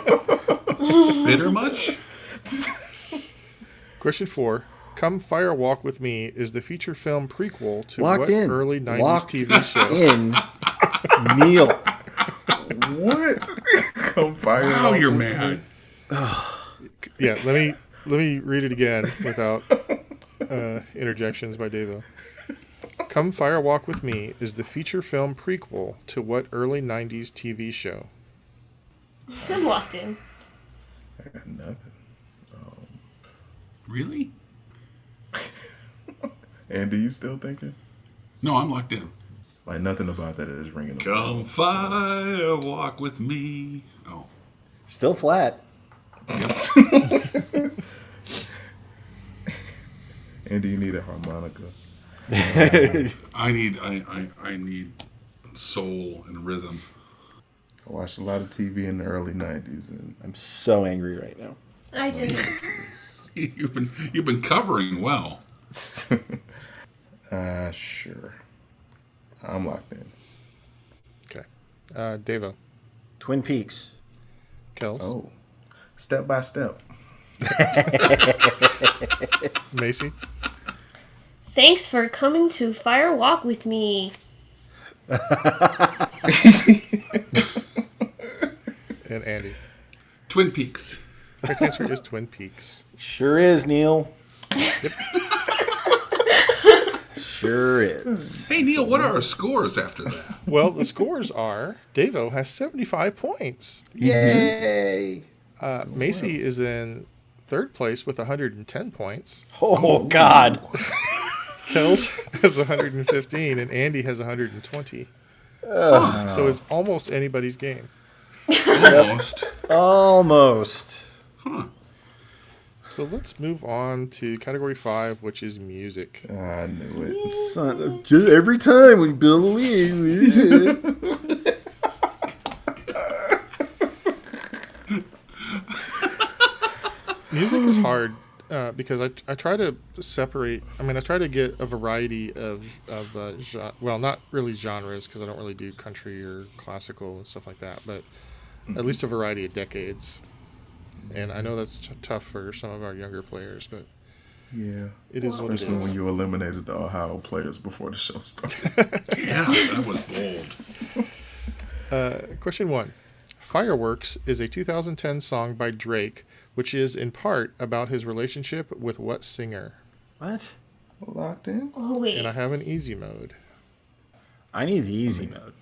Bitter much?
Question four. Come Fire Walk with Me is the feature film prequel *laughs* to
Locked
what
in.
early 90s
Locked
TV show?
*laughs* in Neil.
What? *laughs* Come fire.
Wow,
off
Oh, you're
with
mad.
Yeah, let me let me read it again without uh, interjections by Davo. Come Fire Walk with Me is the feature film prequel to what early 90s TV show?
I'm locked in.
me. I got nothing.
Really?
Andy, you still thinking?
No, I'm locked in.
Like nothing about that is ringing. a
Come
bell.
fire walk with me. Oh,
Still flat.
Andy, you need a harmonica.
I need I, I I need soul and rhythm. *laughs*
I watched a lot of TV in the early '90s, and *laughs*
I'm so angry right now.
I didn't.
You've been you've been covering well.
uh, sure, I'm locked in.
Okay. Uh, Davo,
Twin Peaks.
Kels,
Oh, step by step.
Macy.
*laughs* Thanks for coming to Fire Walk with me.
and Andy.
Twin Peaks.
Correct answer is Twin Peaks.
Sure is, Neil. sure is.
Hey Neil, what are our scores after that?
Well, the scores are Davo has 75 points.
Yay.
Uh, Macy is in third place with 110 points.
Oh, God.
Kels *laughs* has 115, and Andy has 120. So it's almost anybody's game.
Almost.
Almost.
So let's move on to category five, which is music.
I knew it.
Son- Just every time we build a lead.
music is hard uh, because I, I try to separate i mean i try to get a variety of, of uh, gen- well not really genres because i don't really do country or classical and stuff like that but at least a variety of decades and i know that's t- tough for some of our younger players but
*laughs* Yeah,
it is what it
especially when
is
you eliminated the Ohio players before the show *laughs* started.
Yeah, that was
question one fireworks is a 2010 song by drake which is in part about his relationship with what singer
what?
locked in.
Oh
and i
wait.
have an easy mode *laughs*
I need the easy mode.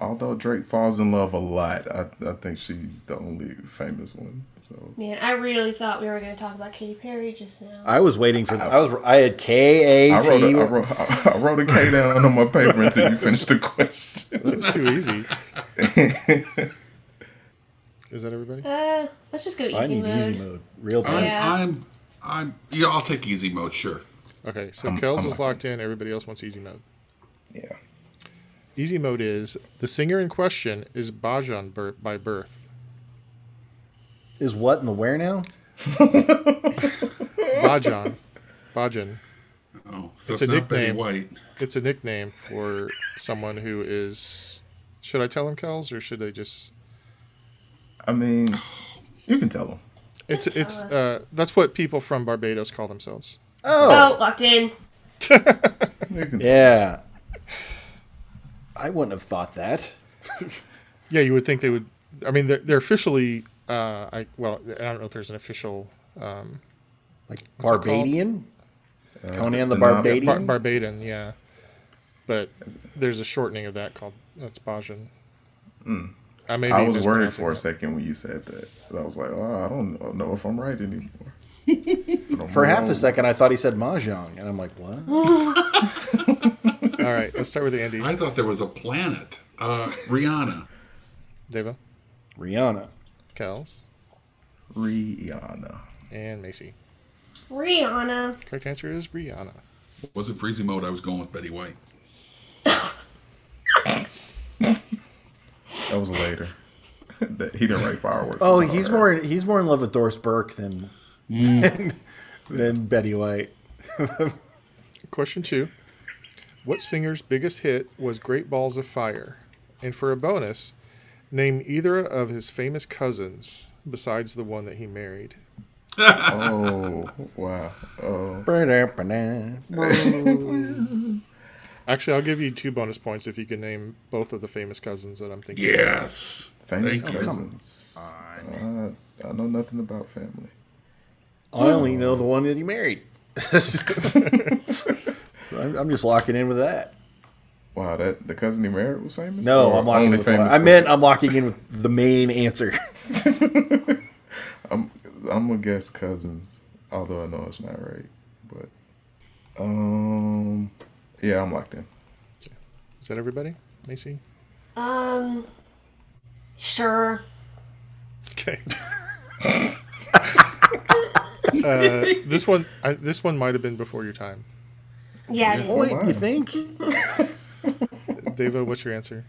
Although Drake falls in love a lot, I, I think she's the only famous one. So
Man, I really thought we were gonna talk about Katy Perry just now.
I was waiting for. I was. I had K
I
A
wrote
T.
a, I wrote, *laughs* I wrote a K down on my paper until you finished
*laughs*
the question.
It's too easy. Is that everybody?
Uh, let's just go easy
I need
mode.
easy mode. Real
old. I'm
bad.
Yeah.
I'm I'm yeah, I'll take easy mode, sure.
Okay, so
I'm-
Kells
I'm
is locked in. Everybody else wants easy mode.
Yeah.
Easy mode is the singer in question is Bajan bir- by birth.
Is what in the where now?
Bajan. Bajan.
Oh, so
It's
it's,
a
not Betty
nickname.
White.
It's a nickname for someone who is. Should I tell them Kells or should they just?
I mean, you can tell them.
It's
Just
it's
tell us.
uh, that's what people from Barbados call themselves.
Oh, locked in.
You can
Yeah. I wouldn't have thought that.
Yeah, you would think they would. I mean, they're, they're officially. Uh, I well, I don't know if there's an official
Like
it called?
Barbadian. Conan Uh, the
the nom-
Barbadian.
Bar- Barbadian, yeah. But there's a shortening of that called that's Bajan. I may
Hmm. I
be
was worried
mispronouncing
for a second when you said that. But I was like, oh, I don't know if I'm right anymore. But I'm
For half
wrong.
a second, I thought he said mahjong, and I'm like, what?
it. All right, let's start with
*laughs*
Andy.
I thought there was a planet. Uh Rihanna.
Deva,
Rihanna.
Kels,
Rihanna.
and Macy.
Rihanna.
Correct answer is Brianna.
Wasn't for easy mode, I was going with Betty White.
That was later. *laughs* that he didn't write fireworks.
Oh,
about
he's
her.
more he's more in love with Doris Burke than Mm. than, *laughs* than Betty White.
Question two What singer's biggest hit was Great Balls of Fire? And for a bonus, name either of his famous cousins besides the one that he married.
Oh wow. Oh
Actually, I'll give you two bonus points if you can name both of the famous cousins that I'm thinking.
Yes.
famous
Thank you.
cousins. Uh, I know nothing about family.
I only know the one that he married. *laughs* I'm, I'm just locking in with that.
Wow, that the cousin he married was famous.
No,
Or
I'm locking in
only
with. Famous I
for-
meant I'm locking in with the main answer.
I'm gonna guess cousins, although I know it's not right. But um, yeah, I'm locked in.
Is that everybody, Macy?
Um, sure.
Okay. *laughs* uh, this one, I, this one might have been before your time.
Yeah. it is.
Wait, you think?
Deva, what's your answer?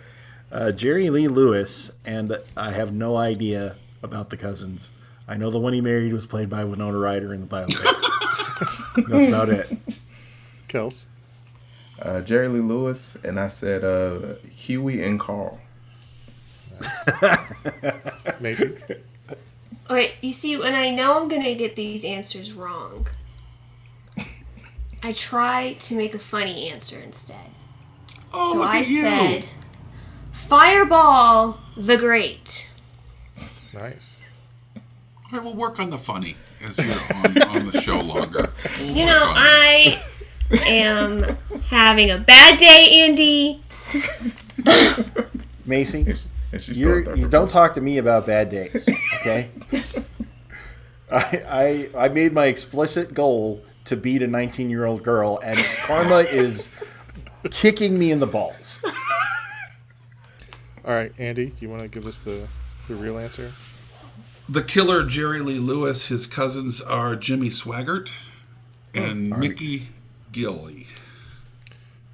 Uh, Jerry Lee Lewis, and I have no idea about the cousins. I know the one he married was played by Winona Ryder in the biopic. That's about it.
Kels.
Uh, Jerry Lee Lewis and I said uh, Huey and Carl.
Macy.
Okay, you see, when I know I'm gonna get these answers wrong, I try to make a funny answer instead.
Oh,
so
look
I
at you.
said, Fireball the Great.
Nice.
All right, we'll work on the funny as you're on, on the show
*laughs*
longer.
You know, *laughs* I am having a bad day, Andy.
Macy,
And she's still
you're,
third.
you don't talk to me about bad days, okay? I, I I made my explicit goal to beat a 19 year old girl, and karma is kicking me in the balls.
All right, Andy, do you want to give us the, the real answer?
The killer Jerry Lee Lewis. His cousins are Jimmy Swaggart
Oh,
and Mickey Gilly.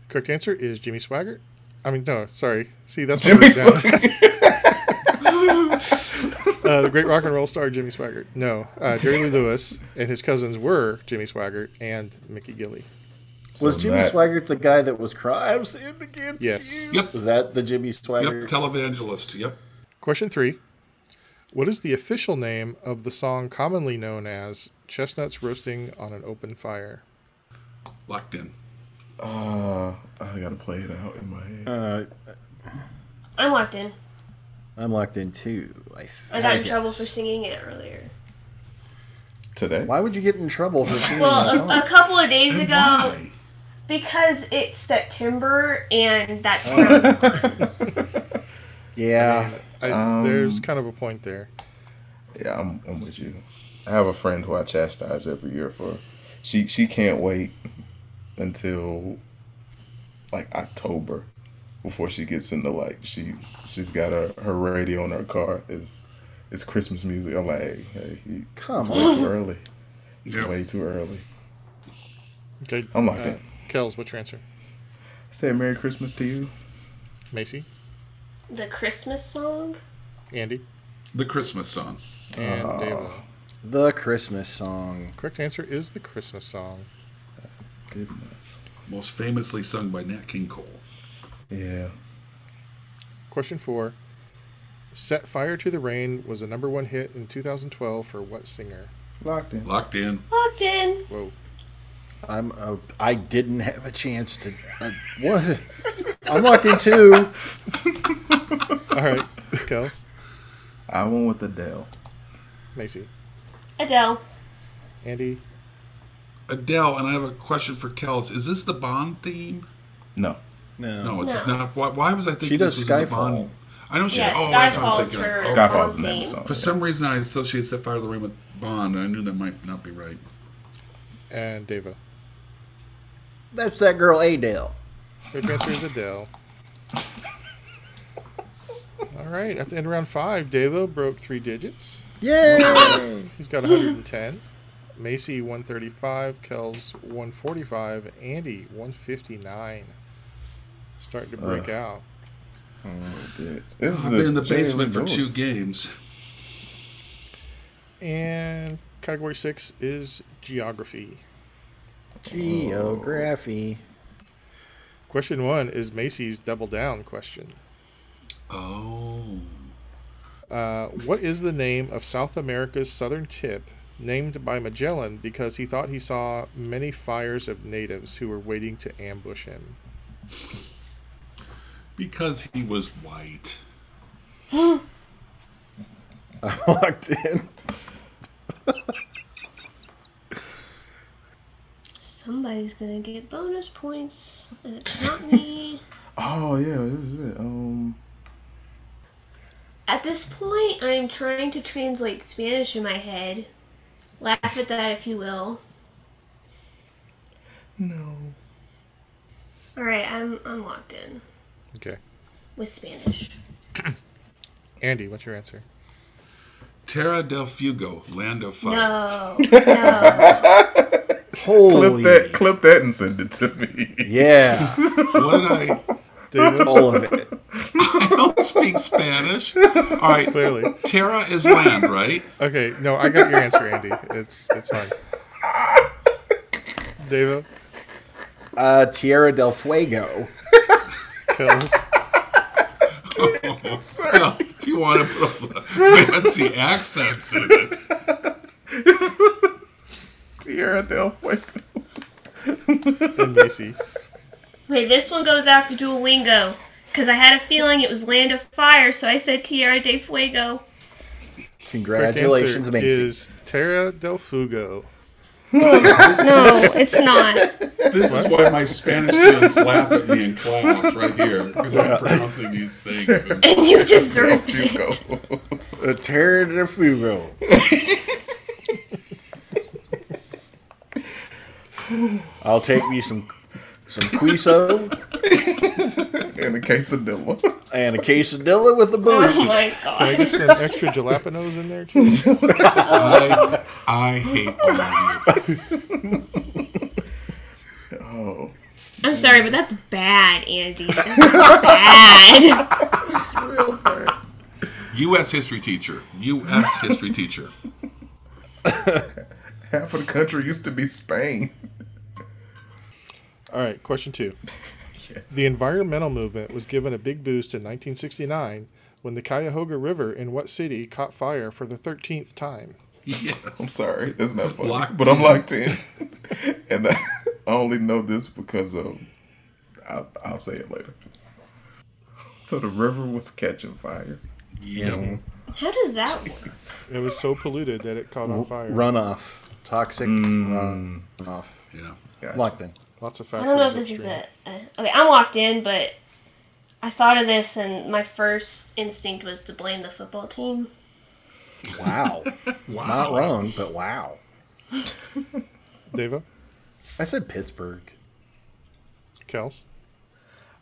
Correct answer is Jimmy Swaggart. I mean, no, sorry. See, that's Jimmy down. *laughs* uh, the great rock and roll star Jimmy Swaggart. No, uh, Jerry Lee Lewis and his cousins were Jimmy Swaggart and Mickey Gilly.
Was
So
Jimmy
that-
Swaggart the guy that was crying? I'm sinned against
Yes.
you?
Yep.
Was that the Jimmy
Yep,
Swaggart?
televangelist. Yep.
Question three What is the official name of the song commonly known as Chestnuts Roasting on an Open Fire?
Locked in.
Uh, I gotta play it out in my head.
Uh,
I'm locked in.
I'm locked in too. I,
I got in trouble for singing it earlier.
Today?
Why would you get in trouble for singing that
Well, uh,
song?
a, a couple of days ago,
Why?
because it's September and that's when
yeah,
I, there's kind of a point there.
Yeah, I'm, I'm with you. I have a friend who I chastise every year for. She she can't wait until like October before she gets into like she's she's got her, her radio in her car is it's Christmas music. I'm like, hey, hey you-
Come
it's way too early. It's
Yeah.
way too early.
Okay.
I'm locked in.
Kels, what's your answer?
I said Merry Christmas to you.
Macy?
the Christmas song.
Andy?
The Christmas song.
And Dave.
the Christmas song.
Correct answer is the Christmas song.
Didn't
Most famously sung by Nat King Cole.
I? Yeah.
Question four. Set Fire to the Rain was a number one hit in 2012 for what singer?
Locked in.
Locked in.
Locked in.
Whoa.
I'm. A, I didn't have a chance to. I, what? I'm locked in too.
All right. Kels,
I went with Adele.
Macy,
Adele.
Andy,
Adele, and I have a question for Kels. Is this the Bond theme?
No.
No.
No, it's not. Why, why was I thinking
She
this
does
was
Skyfall.
the Bond? I know she.
Yeah,
oh, that's what I'm
Skyfall's
thinking.
her-
of. Oh,
Skyfall's the name of the song.
for some reason, I associate Set Fire to the Rain with Bond, and I knew that might not be right.
and Deva.
That's that girl Adele.
Correct answer is Adele. All right. At the end of round five, Deva broke three digits.
Yay!
He's got 110. Macy 135, Kells 145, Andy 159. Starting to break out.
This is
I've
a
been in the
Jerry
basement for
Lewis.
two games.
And category six is geography.
Geography.
Oh.
Question one is Macy's double down question.
Oh,
Uh, what is the name of South America's southern tip named by Magellan because he thought he saw many fires of natives who were waiting to ambush him.
Because he was white.
I walked in.
Somebody's gonna get bonus points, and it's not me.
Oh yeah, this is it. Um,
At this point, I'm trying to translate Spanish in my head. Laugh at that if you will.
no.
Alright, I'm, I'm locked in
Okay.
with Spanish.
Andy, what's your answer?
Terra del Fuego, Land of Fire.
No, no.
Holy.
Clip that, clip that, and send it
*laughs*
to me.
Yeah.
What did I?
David,
All of it.
I don't speak Spanish. All right,
clearly.
Terra is land,
*laughs*
right?
Okay, no, I got your answer, Andy. It's it's fine. David,
Uh, Tierra del Fuego.
Kells,
Well, if you want to put fancy accents in it,
Tierra del Fuego.
and Macy.
Wait, this one goes out to Duolingo. Because I had a feeling it was Land of Fire, so I said Tierra de Fuego.
Correct
Congratulations,
answer
Macy.
Is Terra del Fuego.
No, it's not.
this is why my Spanish students laugh at me in class right here because I'm pronouncing these things. And
And you deserve it.
Fuego. *laughs*
Uh, Tierra del *laughs* Fuego. I'll take me some some queso
and a quesadilla.
and a quesadilla with a
*laughs* Oh
booty.
my
Can I
god.
get some extra jalapenos in there too?
I, I hate all of you.
*laughs* Oh,
I'm sorry, but that's bad, Andy. That's bad.
it's real bad.
U.S. history teacher. U.S. history teacher.
Half of the country used to be Spain.
All right, question
*laughs*
two.
Yes.
The environmental movement was given a big boost in 1969 when the Cuyahoga River in what city caught fire for the 13th time?
I'm
*laughs* Yes.
sorry, that's not funny.
Locked
but I'm locked in, *laughs* and I, I only know this because of. I, I'll say it later. So the river was catching fire.
Yeah.
How does that work?
It was so polluted that it caught on fire.
Runoff. Toxic runoff.
Yeah.
Gotcha.
Locked in.
Lots of
I
factors.
don't know if
at
this is
stream.
a, a. Okay, I'm locked in, but I thought of this, and my first instinct was to blame the football team.
*laughs* Wow.
Wow.
Not wrong, but wow.
Deva,
I said Pittsburgh.
Kels,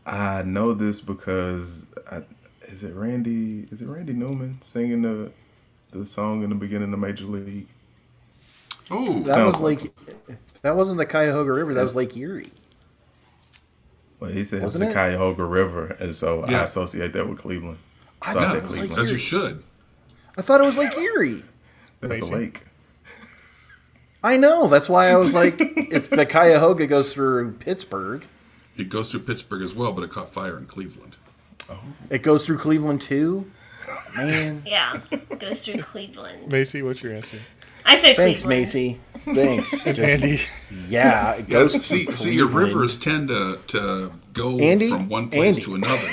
I know this because I, is it Randy? Is it Randy Newman singing the the song in the beginning of Major League?
Oh,
That was
Sounds
like that wasn't the Cuyahoga River. That was Lake Erie.
Well, he says
Wasn't
the
it?
Cuyahoga River, and so I
Yeah.
associate that with Cleveland.
I
So I,
thought
said
it was like
Cleveland.
as you should.
I thought it was Lake Erie.
That's
Amazing.
a lake.
I know. That's why I was like, it's the Cuyahoga goes through Pittsburgh.
It goes through Pittsburgh as well, but it caught fire in Cleveland.
It goes through Cleveland too.
*laughs*
Man,
Yeah, goes through Cleveland.
Macy, what's your
*laughs*
answer?
I say
thanks,
Cleveland.
Macy.
*laughs*
Thanks, Just-
Andy,
Yeah, it goes. through
*laughs* see, see, your
Cleveland.
rivers tend to, to go
Andy?
from one place
Andy.
to another.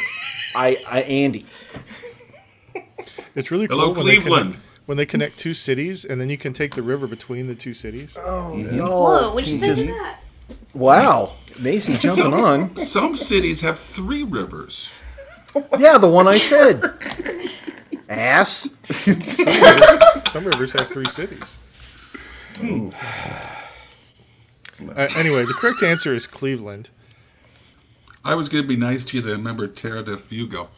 I, I, Andy.
it's really cool.
Hello,
when they
Cleveland.
connect- When they connect two cities, and then you can take the river between the two cities.
Oh.
Whoa,
No,
what'd you
can
think
just-
of that?
wow, Macy
*laughs*
jumping on.
Some cities have three rivers.
Yeah, the one I said. Ass.
Some rivers have three cities.
It's a
*sighs*
lake.
Uh, anyway, the correct answer is Cleveland.
I was going to be nice to you. Then remember Terra del Fuego.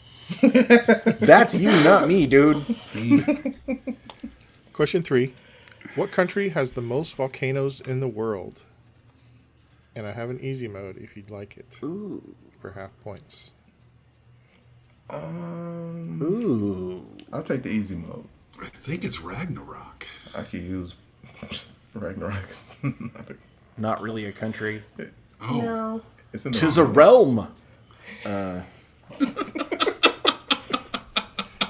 That's you, not me, dude.
Question three What country has the most volcanoes in the world? And I have an easy mode if you'd like it for half points.
um,
Ooh,
I'll take the easy mode.
I think it's Ragnarok.
I could use *laughs* Ragnarok.
not really a country.
Oh,
No.
*laughs* it's in the
Tis a realm. Uh, *laughs*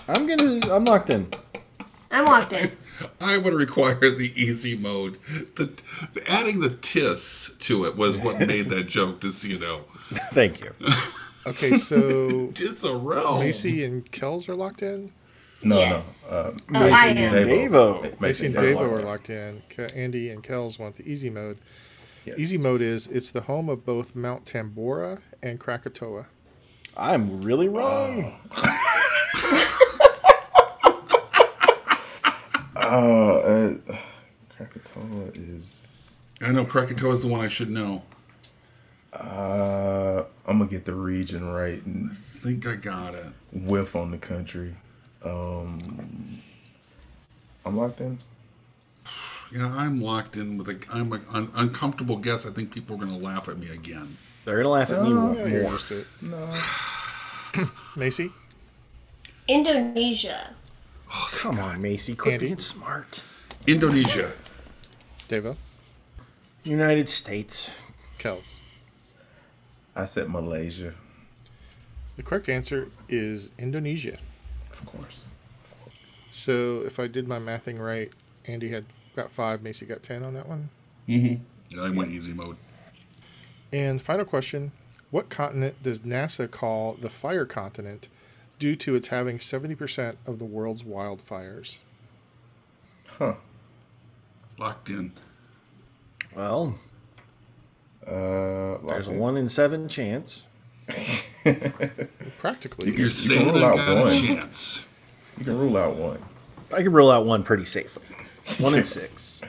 I'm gonna. I'm locked in.
I'm locked in.
I want to require the easy mode. The, the adding the tis to it was what made that joke. Just so you know,
Thank you.
Okay, *laughs* so
tis a realm.
Macy and Kells are locked in.
No,
Yes.
no. Uh,
Oh, I
Mason
am.
and
Devo.
Mason
Macy and
Devo
Davo are
in.
locked in. Ke- Andy and Kells want the easy mode.
Yes.
Easy mode is it's the home of both Mount Tambora and Krakatoa.
I'm really wrong.
Oh, uh, Krakatoa is.
I know Krakatoa is the one I should know.
Uh, I'm gonna get the region right and
I think I got it.
whiff on the country. Um, I'm locked in.
Yeah, I'm locked in with a. I'm an un, uncomfortable guess. I think people are going to laugh at me again.
They're gonna laugh at me more.
Oh, you're used to it.
No.
*coughs* Macy,
Indonesia.
Oh, come on, Macy, quit
Andy?
being smart.
Indonesia.
Davo,
United States.
Kells.
I said Malaysia,
The correct answer is Indonesia.
of course.
So if I did my mathing right, Andy had got five, Macy got ten on that one.
Yeah, I went easy mode.
And final question: What continent does NASA call the Fire Continent, due to its having seventy percent of the world's wildfires?
Huh.
Locked in.
Well,
Uh,
there's
locked
a
in.
one in seven chance.
Practically,
You're saying
rule
I
out
got
one.
a chance.
You can rule out one.
I can rule out one pretty safely. One
*laughs*
in six.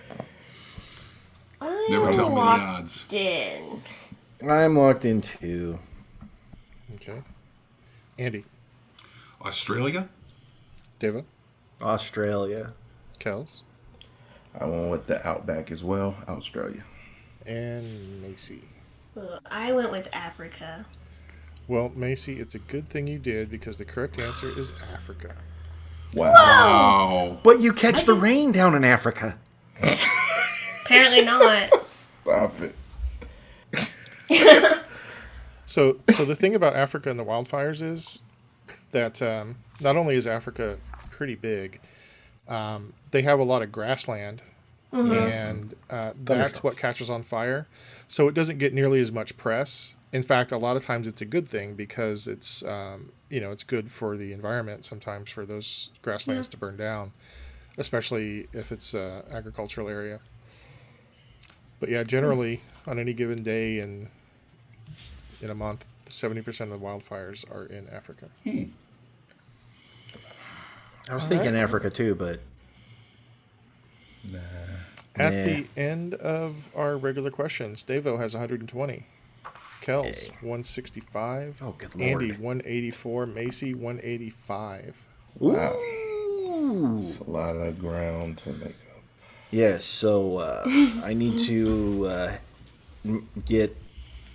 I
Never tell me the
locked
odds.
in.
I'm locked in two.
okay. Andy,
Australia.
Davo,
Australia.
Kells,
I went with the Outback as well, Australia.
and Macy.
Ugh, I went with Africa.
Well, Macy, it's a good thing you did because the correct answer is Africa.
Wow.
Oh,
But you catch the rain down in Africa.
Apparently not. *laughs*
Stop it.
So, so the thing about Africa and the wildfires is that um, not only is Africa pretty big, um, they have a lot of grassland, and uh, that's what catches on fire. So it doesn't get nearly as much press. In fact, a lot of times it's a good thing because it's um, you know it's good for the environment sometimes for those grasslands to burn down, especially if it's uh, agricultural area. But yeah, generally on any given day in in a month, seventy percent of the wildfires are in Africa.
I was thinking Africa too, but
At
Yeah.
the end of our regular questions, Davo has 120, Kells 165,
oh good lord.
Andy 184,
*laughs*
Macy 185.
Ooh.
It's a lot of ground to make up.
Yes, so uh, I need to uh, m- get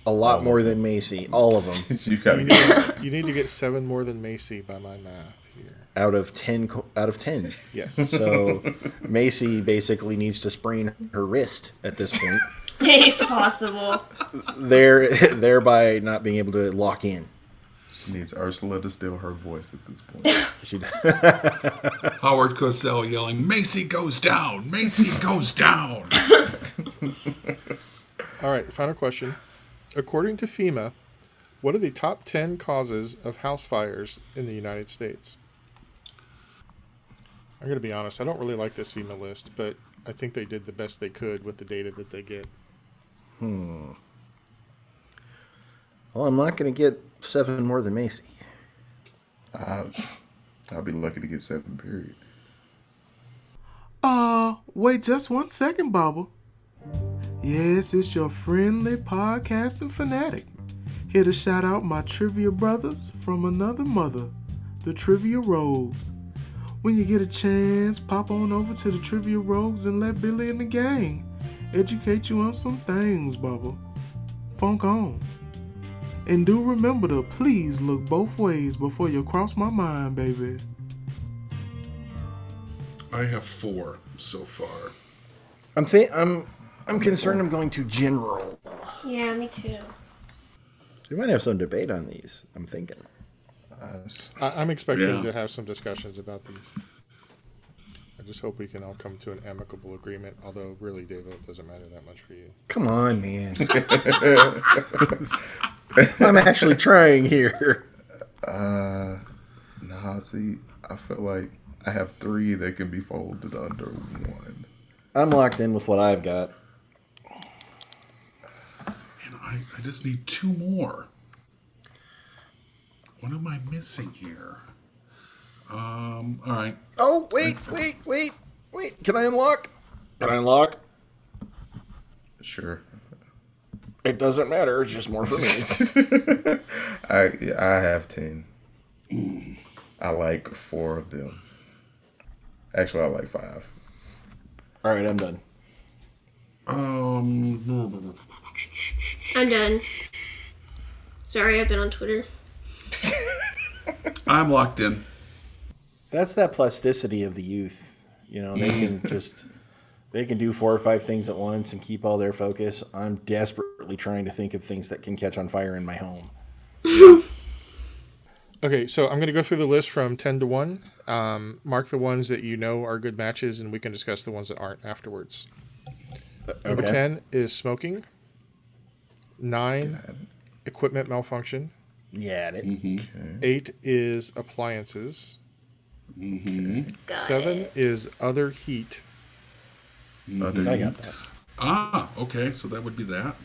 a lot more than Macy, all of them,
*laughs* you gotta
You
get
need, you need to get seven more than Macy by my math here.
out of ten. co- Out of ten.
Yes.
So Macy basically needs to sprain her wrist at this point,
it's possible.
there, thereby not being able to lock in.
She needs Ursula to steal her voice at this point.
She,
Howard Cosell yelling, "Macy goes down! Macy goes down!"
All right, final question. According to FEMA, what are the top 10 causes of house fires in the United States? I'm going to be honest, I don't really like this FEMA list, but I think they did the best they could with the data that they get.
*laughs* well, I'm not going to get seven more than Macy.
I'll, I'll be lucky to get seven, period.
Uh, wait just one second, Bubba. Yes, it's your friendly podcasting fanatic. Here to shout out my trivia brothers from another mother, the Trivia Rogues. When you get a chance, pop on over to the Trivia Rogues and let Billy and the gang educate you on some things, Bubba. Funk on. And do remember to please look both ways before you cross my mind, baby.
I have four so far.
I'm thi- I'm I'm concerned. I'm going to general.
Yeah, me too.
We might have some debate on these. I'm thinking.
I s-
I- I'm expecting
Yeah.
to have some discussions about these. I just hope we can all come to an amicable agreement. Although, really, David, it doesn't matter that much for you.
Come on, man. *laughs* I'm actually trying here.
Uh, nah. See, I feel like I have three that can be folded under one.
I'm locked in with what I've got.
And I, I just need two more. What am I missing here? Um, all right.
Oh, wait, wait, wait, wait. Can I unlock? Can I unlock?
Sure. *laughs*
It doesn't matter. It's just more for me. *laughs*
I I have ten. I like four of them. Actually, I like five.
All right, I'm done.
Um,
I'm done. Sorry, I've been on Twitter.
I'm locked in.
That's that plasticity of the youth. You know, they *laughs* can just they can do four or five things at once and keep all their focus. I'm desperately trying to think of things that can catch on fire in my home.
Okay, so I'm going to go through the list from 10 to 1. Um, mark the ones that you know are good matches, and we can discuss the ones that aren't afterwards. Number
Okay.
10 is smoking. 9, equipment malfunction.
Yeah, it,
8 is appliances.
Got
7 is other heat.
Other
I got that.
Ah, okay. So that would be that.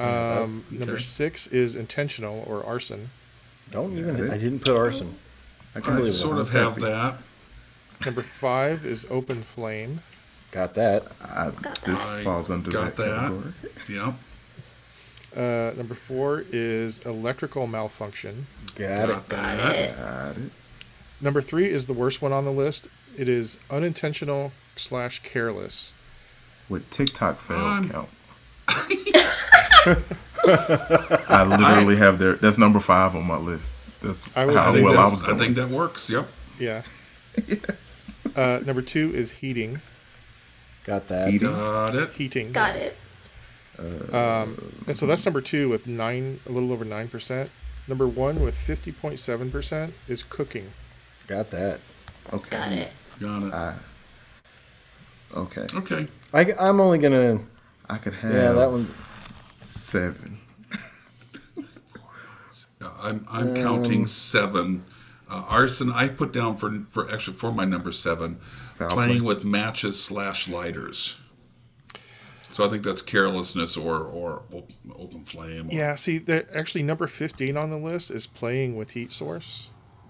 Um, Number
Okay.
6 is intentional or arson.
Don't even. I didn't put arson.
I can
I
believe it.
sort of
That's
have
perfect.
that.
Number 5 is open flame.
Got that.
I, this
I
falls under
got
that,
that.
category.
Yep.
Uh, number 4 is electrical malfunction.
Got it.
Got that.
Got it.
Number three is the worst one on the list. It is unintentional slash careless.
Would TikTok fails
Um, *laughs*
count? I literally have their. That's number five on my list. That's
I would-
how
I think,
Oh, well I was
that's, I
going.
think that works. Yep.
Yeah.
yes.
Uh, number two is heating.
Got that.
Eating.
Got it.
Heating.
Got it.
And so that's number two with nine, a little over nine percent. Number one with fifty point seven percent is cooking.
Got that.
Okay.
Got it.
Got it.
Okay.
Okay.
I, I'm only gonna.
I could have.
Yeah, that one.
Seven.
Yeah, Uh, I'm I'm
Um,
counting seven. Uh, arson I put down for for extra for my number seven,
Foul
playing
play.
with matches slash lighters. So I think that's carelessness or or op- open flame. Or,
Yeah. See, the, actually, number fifteen on the list is playing with heat source.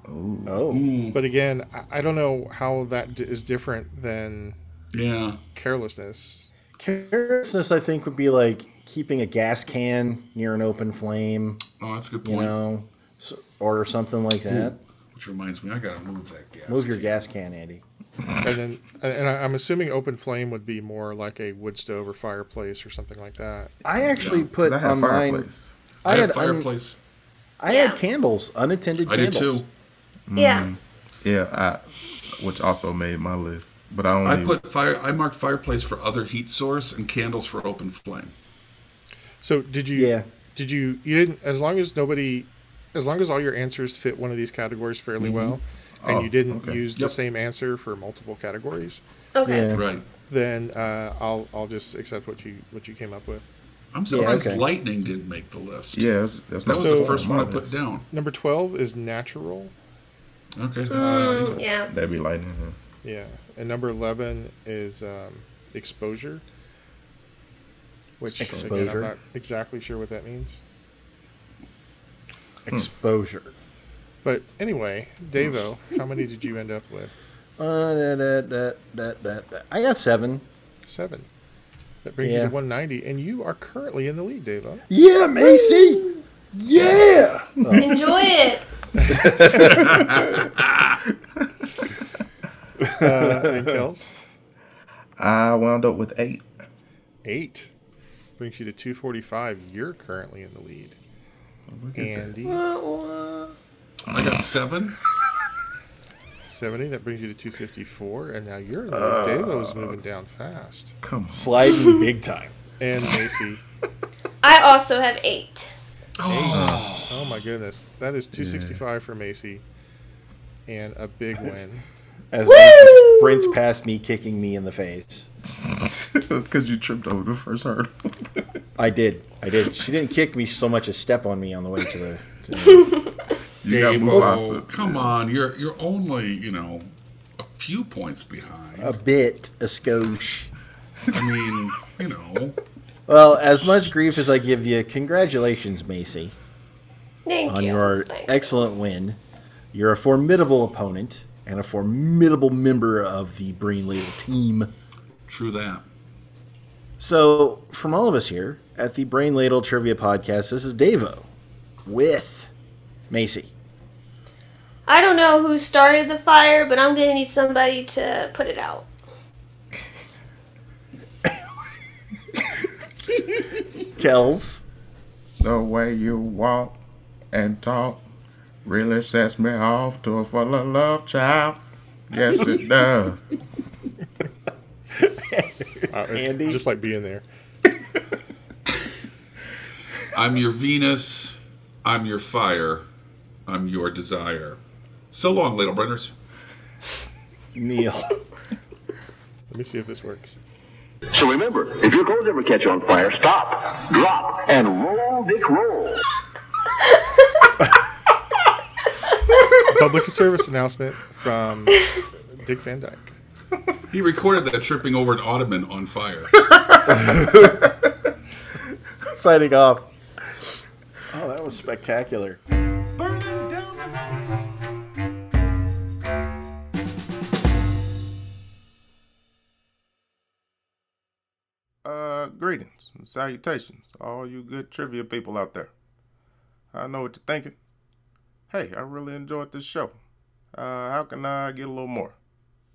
Oh,
But again, I, I don't know how that d- is different than
yeah.
carelessness.
carelessness. I think would be like keeping a gas can near an open flame.
Oh, that's a good
You
point.
know, s- or something like that.
Which reminds me, I gotta move that gas.
Move your gas can, Andy.
And then, and I, I'm assuming open flame would be more like a wood stove or fireplace or something like that.
I actually
'Cause
put
I have
on mine.
fireplace.
I,
I
have
had un-
fireplace.
I had candles, unattended
I do
candles.
too.
Yeah.
Yeah, I, which also made my list, but I only
I put fire. I marked fireplace for other heat source and candles for open flame.
So did you?
Yeah.
Did you? You didn't. As long as nobody, as long as all your answers fit one of these categories fairly well, and you didn't
okay.
use the
Yep.
same answer for multiple categories,
Okay.
Yeah.
Right.
then uh, I'll I'll just accept what you what you came up with.
I'm surprised
okay.
lightning didn't make the list.
Yeah, that's, that's
That
not
was
so
the first one I put
modest.
down.
Number twelve is natural.
Okay, that's not it.
Mm, Yeah.
That'd be lightning. huh?
Yeah, and number eleven is um, exposure. Which again,
Exposure.
I'm not exactly sure what that means.
Exposure.
But anyway, Davo, how many did you end up with?
Uh, da, da, da, da, da, da. I got seven.
Seven. That brings you
Yeah.
to 190, and you are currently in the lead, Davo.
Yeah, Macy. Yeah.
Enjoy *laughs* it.
*laughs* Anything else?
I wound up with eight. *laughs*
Eight. Brings you to 245. You're currently in the lead. Oh, Andy,
I got seven.
70. That brings you to 254. And now you're in the lead. Davo's moving down fast.
Come
*laughs*
on.
Sliding big time.
And Macy.
I also have eight.
Oh my goodness. That is 265 for Macy. And a big win.
as Winky sprints past me, kicking me in the face.
That's because you tripped over the first hurdle.
I did. I did. She didn't kick me so much as step on me on the way to the. To the
You got
Dave, oh,
Mufasa.
come on, you're you're only you know a few points behind.
a bit, a skosh.
I mean, you know,
Well, as much grief as I give you, congratulations, Macy,
Thank
on
you.
your
Thank you.
excellent win. You're a formidable opponent and a formidable member of the Brain Ladle team.
true that.
So, from all of us here at the Brain Ladle Trivia Podcast, this is Davo with Macy.
I don't know who started the fire, but I'm gonna need somebody to put it out.
Kells.
The way you walk and talk really sets me off to a full of love child. Yes, it does.
Wow, Uh, it's
Andy?
just like being there.
I'm your Venus. I'm your fire. I'm your desire. So long, Ladlebrenners.
Neil.
Let me see if this works.
So remember, if your clothes ever catch on fire, stop, drop, and roll, Dick, roll.
Public service announcement from Dick Van Dyke.
He recorded that tripping over an ottoman on fire.
Signing off. Oh, that was spectacular.
Uh, greetings and salutations, all you good trivia people out there. I know what you're thinking. Hey, I really enjoyed this show. Uh, how can I get a little more?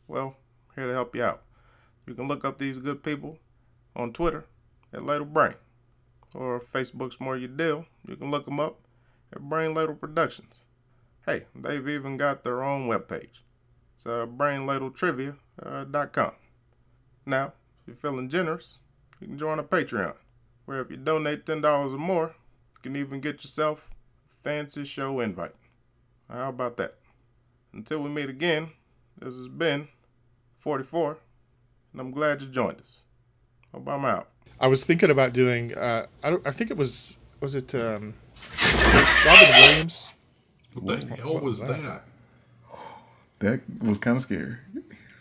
Well, here to help you out. You can look up these good people on Twitter at Ladle Brain, or Facebook's More Your Deal. You can look them up at Brain Ladle Productions. Hey, they've even got their own webpage. It's uh, brainladletrivia.com. Now, if you're feeling generous, you can join a Patreon, where if you donate ten dollars or more, you can even get yourself a fancy show invite. How about that? Until we meet again, this has been 44, and I'm glad you joined us. Hope I'm out.
I was thinking about doing. Uh, I don't. I think it was. Was it um, Robin Williams?
What the hell was that?
That was kind of scary.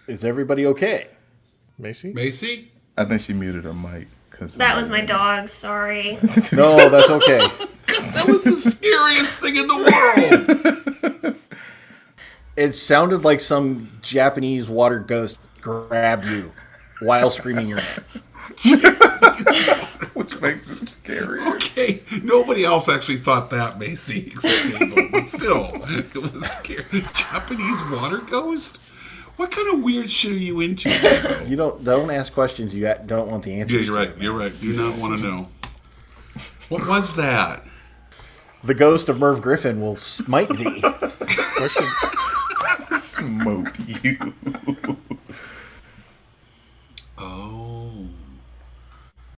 Is everybody okay?
Macy?
Macy?
I think she muted her mic. Cause
That was my dog. Sorry.
No, that's okay.
That was the scariest thing in the world.
It sounded like some Japanese water ghost grabbed you while screaming your name.
Which makes it scarier.
Okay, nobody else actually thought that, Macy, except Davo. But still, it was scary. Japanese water ghost? What kind of weird shit are you into, Davo?
You don't don't ask questions you a- don't want the
Yeah,
answers.
you're
to.
right. You're right. Do not want to know. What was that?
The ghost of Merv Griffin will smite thee.
Question.
Smoke you.
Oh.